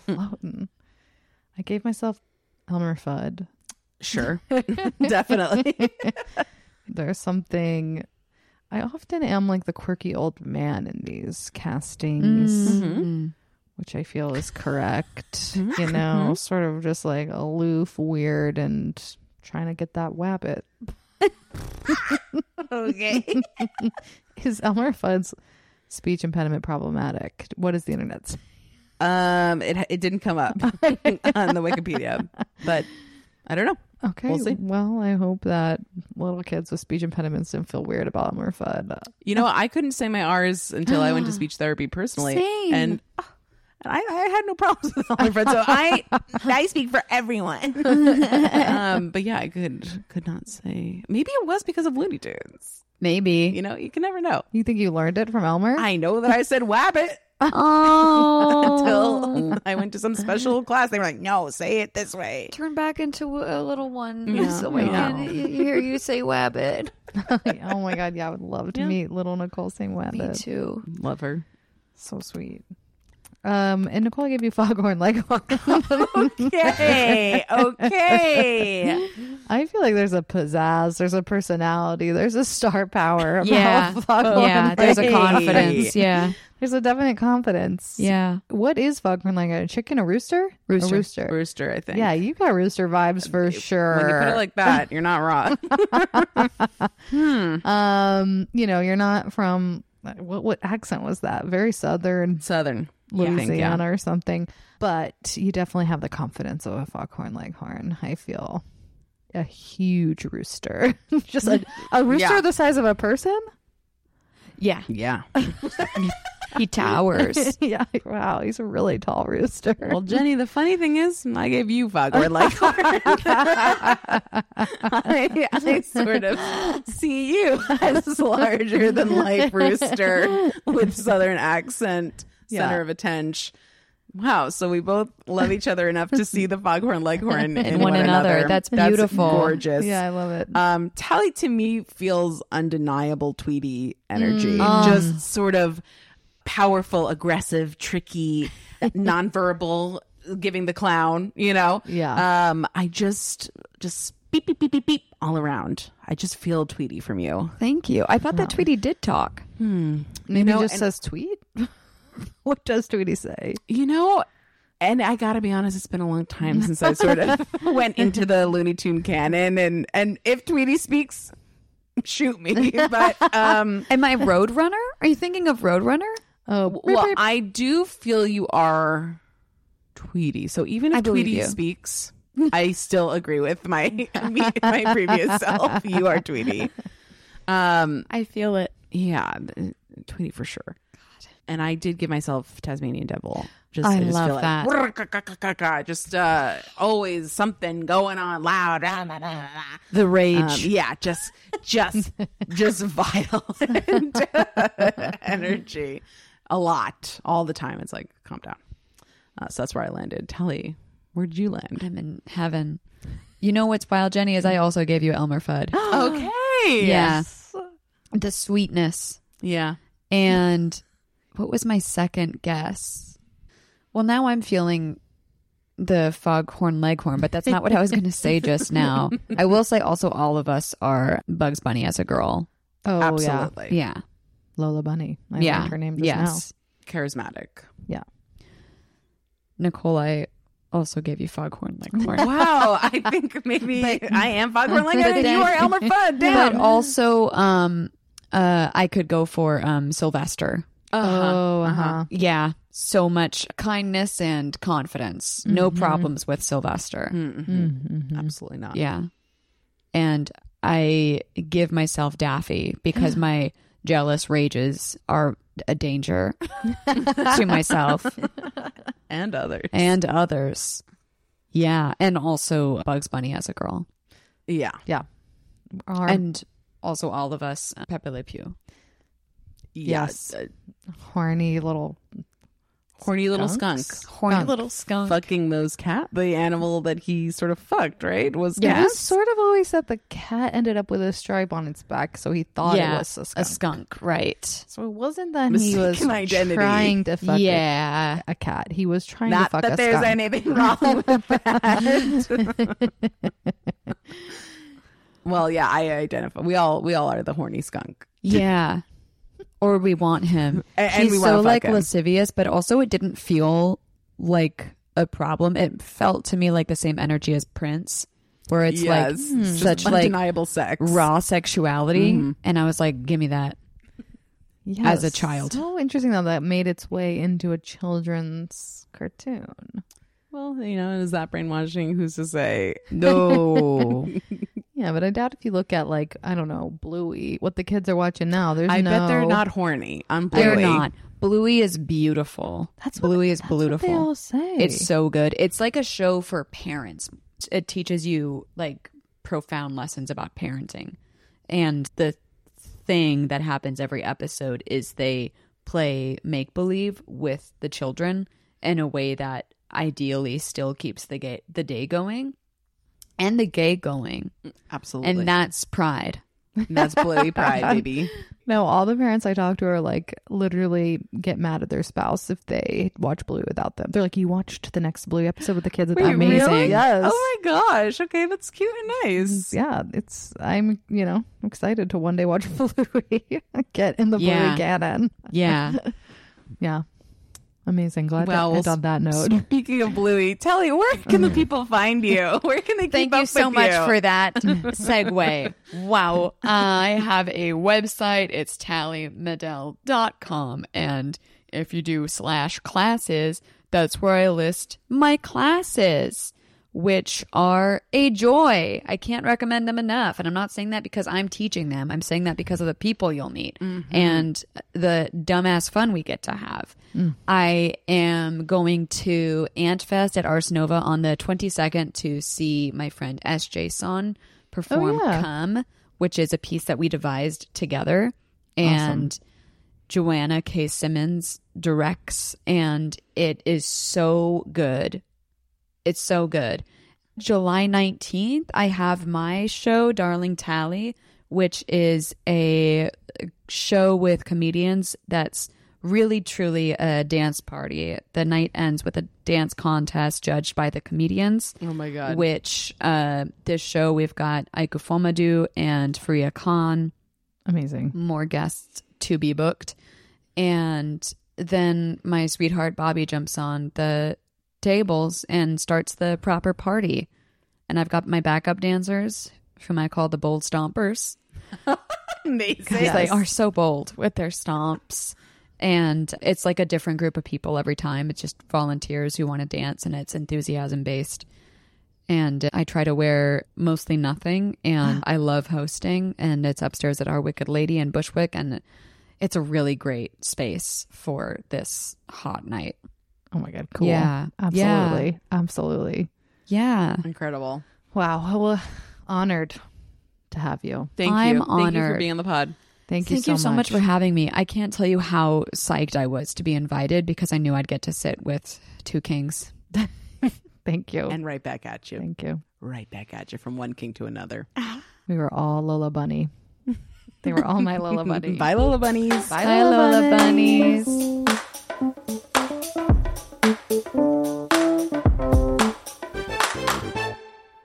B: floating. I gave myself Elmer Fudd. (laughs)
A: sure. (laughs) Definitely.
B: There's something. I often am like the quirky old man in these castings.
C: Mm. Mm-hmm.
B: which I feel is (laughs) correct. you know, sort of just like aloof, weird, and trying to get that (laughs) wabbit.
A: okay.
B: (laughs) Is Elmer Fudd's speech impediment problematic? What is the internet? say?
A: Um, it it didn't come up (laughs) on the Wikipedia, but I don't know.
B: Okay.
A: We'll see.
B: well, I hope that little kids with speech impediments don't feel weird about Elmer Fudd.
A: You know, I couldn't say my R's until I went
B: (gasps)
A: to speech therapy personally,
C: Same.
A: and oh,
B: Ah.
A: and I, I had no problems with all my friends. So
B: (laughs)
A: I I speak for everyone. um, but yeah, I could could not say. Maybe it was because of Looney Tunes.
C: Maybe.
A: You know, you can never know.
B: You think you learned it from Elmer? (laughs)
A: I know that I said wabbit
C: (laughs)
B: (laughs)
C: Oh.
A: until I went to some special class. They were like, "No, say it this way."
C: (laughs) turn back into a little one.
A: Yeah.
C: (laughs) So I
A: Yeah.
C: can you hear you (laughs) say wabbit.
B: oh my god, yeah, I would love to meet little Nicole St.
C: Me
B: Wabbit.
C: too.
A: Love her.
B: So sweet. Um, and Nicole gave you (laughs) Foghorn Leghorn. (laughs)
A: Okay. Okay.
B: I feel like there's a pizzazz, there's a personality, there's a star power. About (laughs)
C: Yeah.
B: Foghorn
C: yeah, there's a
B: Leghorn.
C: (laughs) confidence. Yeah.
B: There's a definite confidence.
C: Yeah.
B: What is Foghorn Leghorn? A chicken, a rooster?
C: Rooster.
B: A rooster.
A: (laughs) Rooster, I think.
B: Yeah, you got rooster vibes for sure.
A: When you put it like that, you're not wrong. (laughs) hmm.
B: um, you know, you're not from what what accent was that? Very southern
A: Southern. I think,
B: Louisiana or something. But you definitely have the confidence of a foghorn leghorn. I feel a huge rooster. (laughs) Just a, a rooster
A: Yeah.
B: the size of a person?
C: Yeah.
A: Yeah.
C: He (laughs) towers.
B: (laughs) yeah. Wow, he's a really tall rooster.
A: Well, Jenny, the funny thing is, I gave you Foghorn (laughs) Leghorn. I, (laughs) I sort of see you as (laughs) larger than life rooster with southern accent, center
B: Yeah.
A: of attention. Wow! So we both love each other enough to see the Foghorn Leghorn (laughs) in,
C: one another. That's beautiful.
A: gorgeous.
B: yeah, I love it.
A: Um, Tally to me feels undeniable Tweety energy, just sort of powerful, aggressive, tricky, nonverbal, giving the clown. You know,
B: Yeah.
A: Um, I just just beep beep beep beep beep all around. I just feel Tweety from you.
C: Thank you. I thought that Tweety did talk.
B: Maybe
A: know,
B: he just
A: and-
B: says tweet. (laughs) what does Tweety say?
A: You know. And I gotta be honest, it's been a long time since I sort of went into the Looney Tune canon, and and if Tweety speaks, shoot me. But um,
C: Am (laughs) I Roadrunner? Are you thinking of Roadrunner?
B: Oh,
A: Well, I do feel you are Tweety. So even if
C: I believe
A: Tweety
C: you.
A: speaks, I still agree with my (laughs) me- my previous
C: (laughs)
A: self. You are Tweety. Um,
C: I feel it.
A: yeah, th- Tweety for sure. And I did give myself Tasmanian Devil. Just
C: I
A: just
C: love
A: feel like, that. Just uh, always something going on loud.
B: the rage.
A: Um, yeah, just just just violent energy, a lot, all the time. It's like calm down. Uh, so that's where I landed. Telly, where'd you land?
C: I'm in heaven. You know what's wild, Jenny, is I also gave you
B: (gasps)
C: Elmer Fudd.
A: okay.
C: Yeah. The sweetness.
A: Yeah.
C: And what was my second guess? Well, now I'm feeling the foghorn leghorn, but that's not what I was going to
B: (laughs)
C: say just now. I will say also, all of us are Bugs Bunny as a girl.
B: oh, yeah.
A: Absolutely.
C: Yeah.
B: Lola Bunny. I
C: yeah.
B: learned her name just
C: yes.
A: Charismatic.
C: Nicole, I also gave you foghorn
B: (laughs)
C: leghorn.
A: Wow.
C: (laughs)
A: I think maybe I am Foghorn Leghorn
C: but
A: and
C: then-
A: you are
C: (laughs)
A: Elmer Fudd.
C: but
A: Damn.
C: also, um, uh, I could go for um, Sylvester.
B: now. Oh, uh-huh.
C: Yeah. So much kindness and confidence. No
B: Mm-hmm.
C: problems with Sylvester.
B: Mm.
A: Absolutely not.
C: Yeah. And I give myself Daffy
B: (gasps)
C: because my jealous rages are a
B: (laughs)
C: danger to myself
A: And others.
C: and others. Yeah. And also Bugs Bunny as a girl.
A: yeah.
B: Our-
C: And also all of us, uh, Pepe Le Pew.
A: Yeah. Uh,
B: Yes. horny little
A: Horny little
B: Skunks?
A: skunk.
C: Horny
B: Skunk.
C: little skunk.
A: Fucking those cat, the animal that he sort of fucked, right? Was
B: It was
A: cats?
B: sort of always said the cat ended up with a stripe on its back, so he thought
C: yeah.
B: it was a skunk.
C: right.
B: so it wasn't that
A: Mistaken
B: he was
A: identity.
B: trying to fuck a,
C: yeah.
B: a cat. He was trying to
A: Not
B: fuck
A: that
B: a
A: there's
B: skunk.
A: anything
C: (laughs)
A: wrong with that. well, yeah, I identify. We all we all are the horny skunk.
C: Yeah. Or we want him.
A: A- and
C: He's
A: we wanna
C: so
A: fuck
C: like
A: him.
C: lascivious, but also it didn't feel like a problem. It felt to me like the same energy as Prince, where it's like
A: Yes. Hmm. Just
C: such like
A: Undeniable sex.
C: raw sexuality.
B: Mm-hmm.
C: And I was like, give me that.
B: Yeah,
C: as a child.
B: So interesting though that made its way into a children's cartoon.
A: Well, you know, is that brainwashing? Who's to say? (laughs) No.
B: Yeah, but I doubt if you look at like I don't know Bluey, what the kids are watching now. There's
A: I bet they're
B: no-
A: not horny. I'm
C: They're
A: Bluey.
C: not. Bluey is beautiful.
B: That's what-
C: Bluey is
B: that's
C: beautiful.
B: What they all say
C: It's so good. It's like a show for parents. It teaches you like profound lessons about parenting. And the thing that happens every episode is they play make believe with the children in a way that ideally still keeps the gay, the day going and the gay going.
A: Absolutely.
C: And that's pride.
A: (laughs) that's Bluey pride, baby.
B: No, all the parents I talk to are like literally get mad at their spouse if they watch Bluey without them. They're like, "You watched the next Bluey episode with the kids. It's
C: Wait,
B: amazing."
C: really?
B: Yes.
A: Oh my gosh. Okay, that's cute and nice.
B: yeah, it's I'm you know excited to one day watch (laughs) Bluey. get in the
A: Yeah.
B: Bluey canon.
C: (laughs)
A: Yeah.
B: Yeah, amazing. Glad
A: Well,
B: to end on that note.
A: Speaking of Bluey, Telly, where can the people find you? (laughs) Where can they keep
C: Thank
A: up
C: you so
A: with
C: much
A: you? (laughs)
C: for that segue. wow. I have a website. It's tallymedell.com. And if you do slash classes, that's where I list my classes, which are a joy. I can't recommend them enough. And I'm not saying that because I'm teaching them, I'm saying that because of the people you'll meet and the dumbass fun we get to have. I am going to Ant Fest at Ars Nova on the 22nd to see my friend SJ Son perform
B: yeah.
C: Come, which is a piece that we devised together. And Joanna K. Simmons directs, and it is so good. It's so good. July 19th, I have my show, Darling Tally, which is a show with comedians that's really truly a dance party. The night ends with a dance contest judged by the comedians
A: Oh my god.
C: which uh, this show we've got Aiko Fomadu and Faria Khan,
B: amazing.
C: more guests to be booked. And then my sweetheart Bobby jumps on the tables and starts the proper party. And I've got my backup dancers, whom I call the Bold Stompers.
A: amazing.
C: Because they are so bold with their stomps. And it's like a different group of people every time. It's just volunteers who want to dance and it's enthusiasm based. And I try to wear mostly nothing. (gasps) And I love hosting. And it's upstairs at Our Wicked Lady in Bushwick. And it's a really great space for this hot night.
B: Oh my god, cool.
C: Yeah.
B: absolutely, absolutely.
C: Yeah.
A: Incredible.
B: Wow, well, honored to have you.
A: Thank
C: I'm
A: you. Thank you for
C: honored.
A: being on the pod.
B: Thank,
C: Thank you so much for having me. I can't tell you how psyched I was to be invited because I knew I'd get to sit with two kings.
B: Thank you.
A: And right back at you.
B: Thank you.
A: Right back at you from one king to another.
B: We were all
A: (laughs)
B: Lola (laughs) Bunny. They were all my Lola Bunny.
A: Bye, Lola Bunnies.
B: Bye,
C: Hi, Lola Bunnies.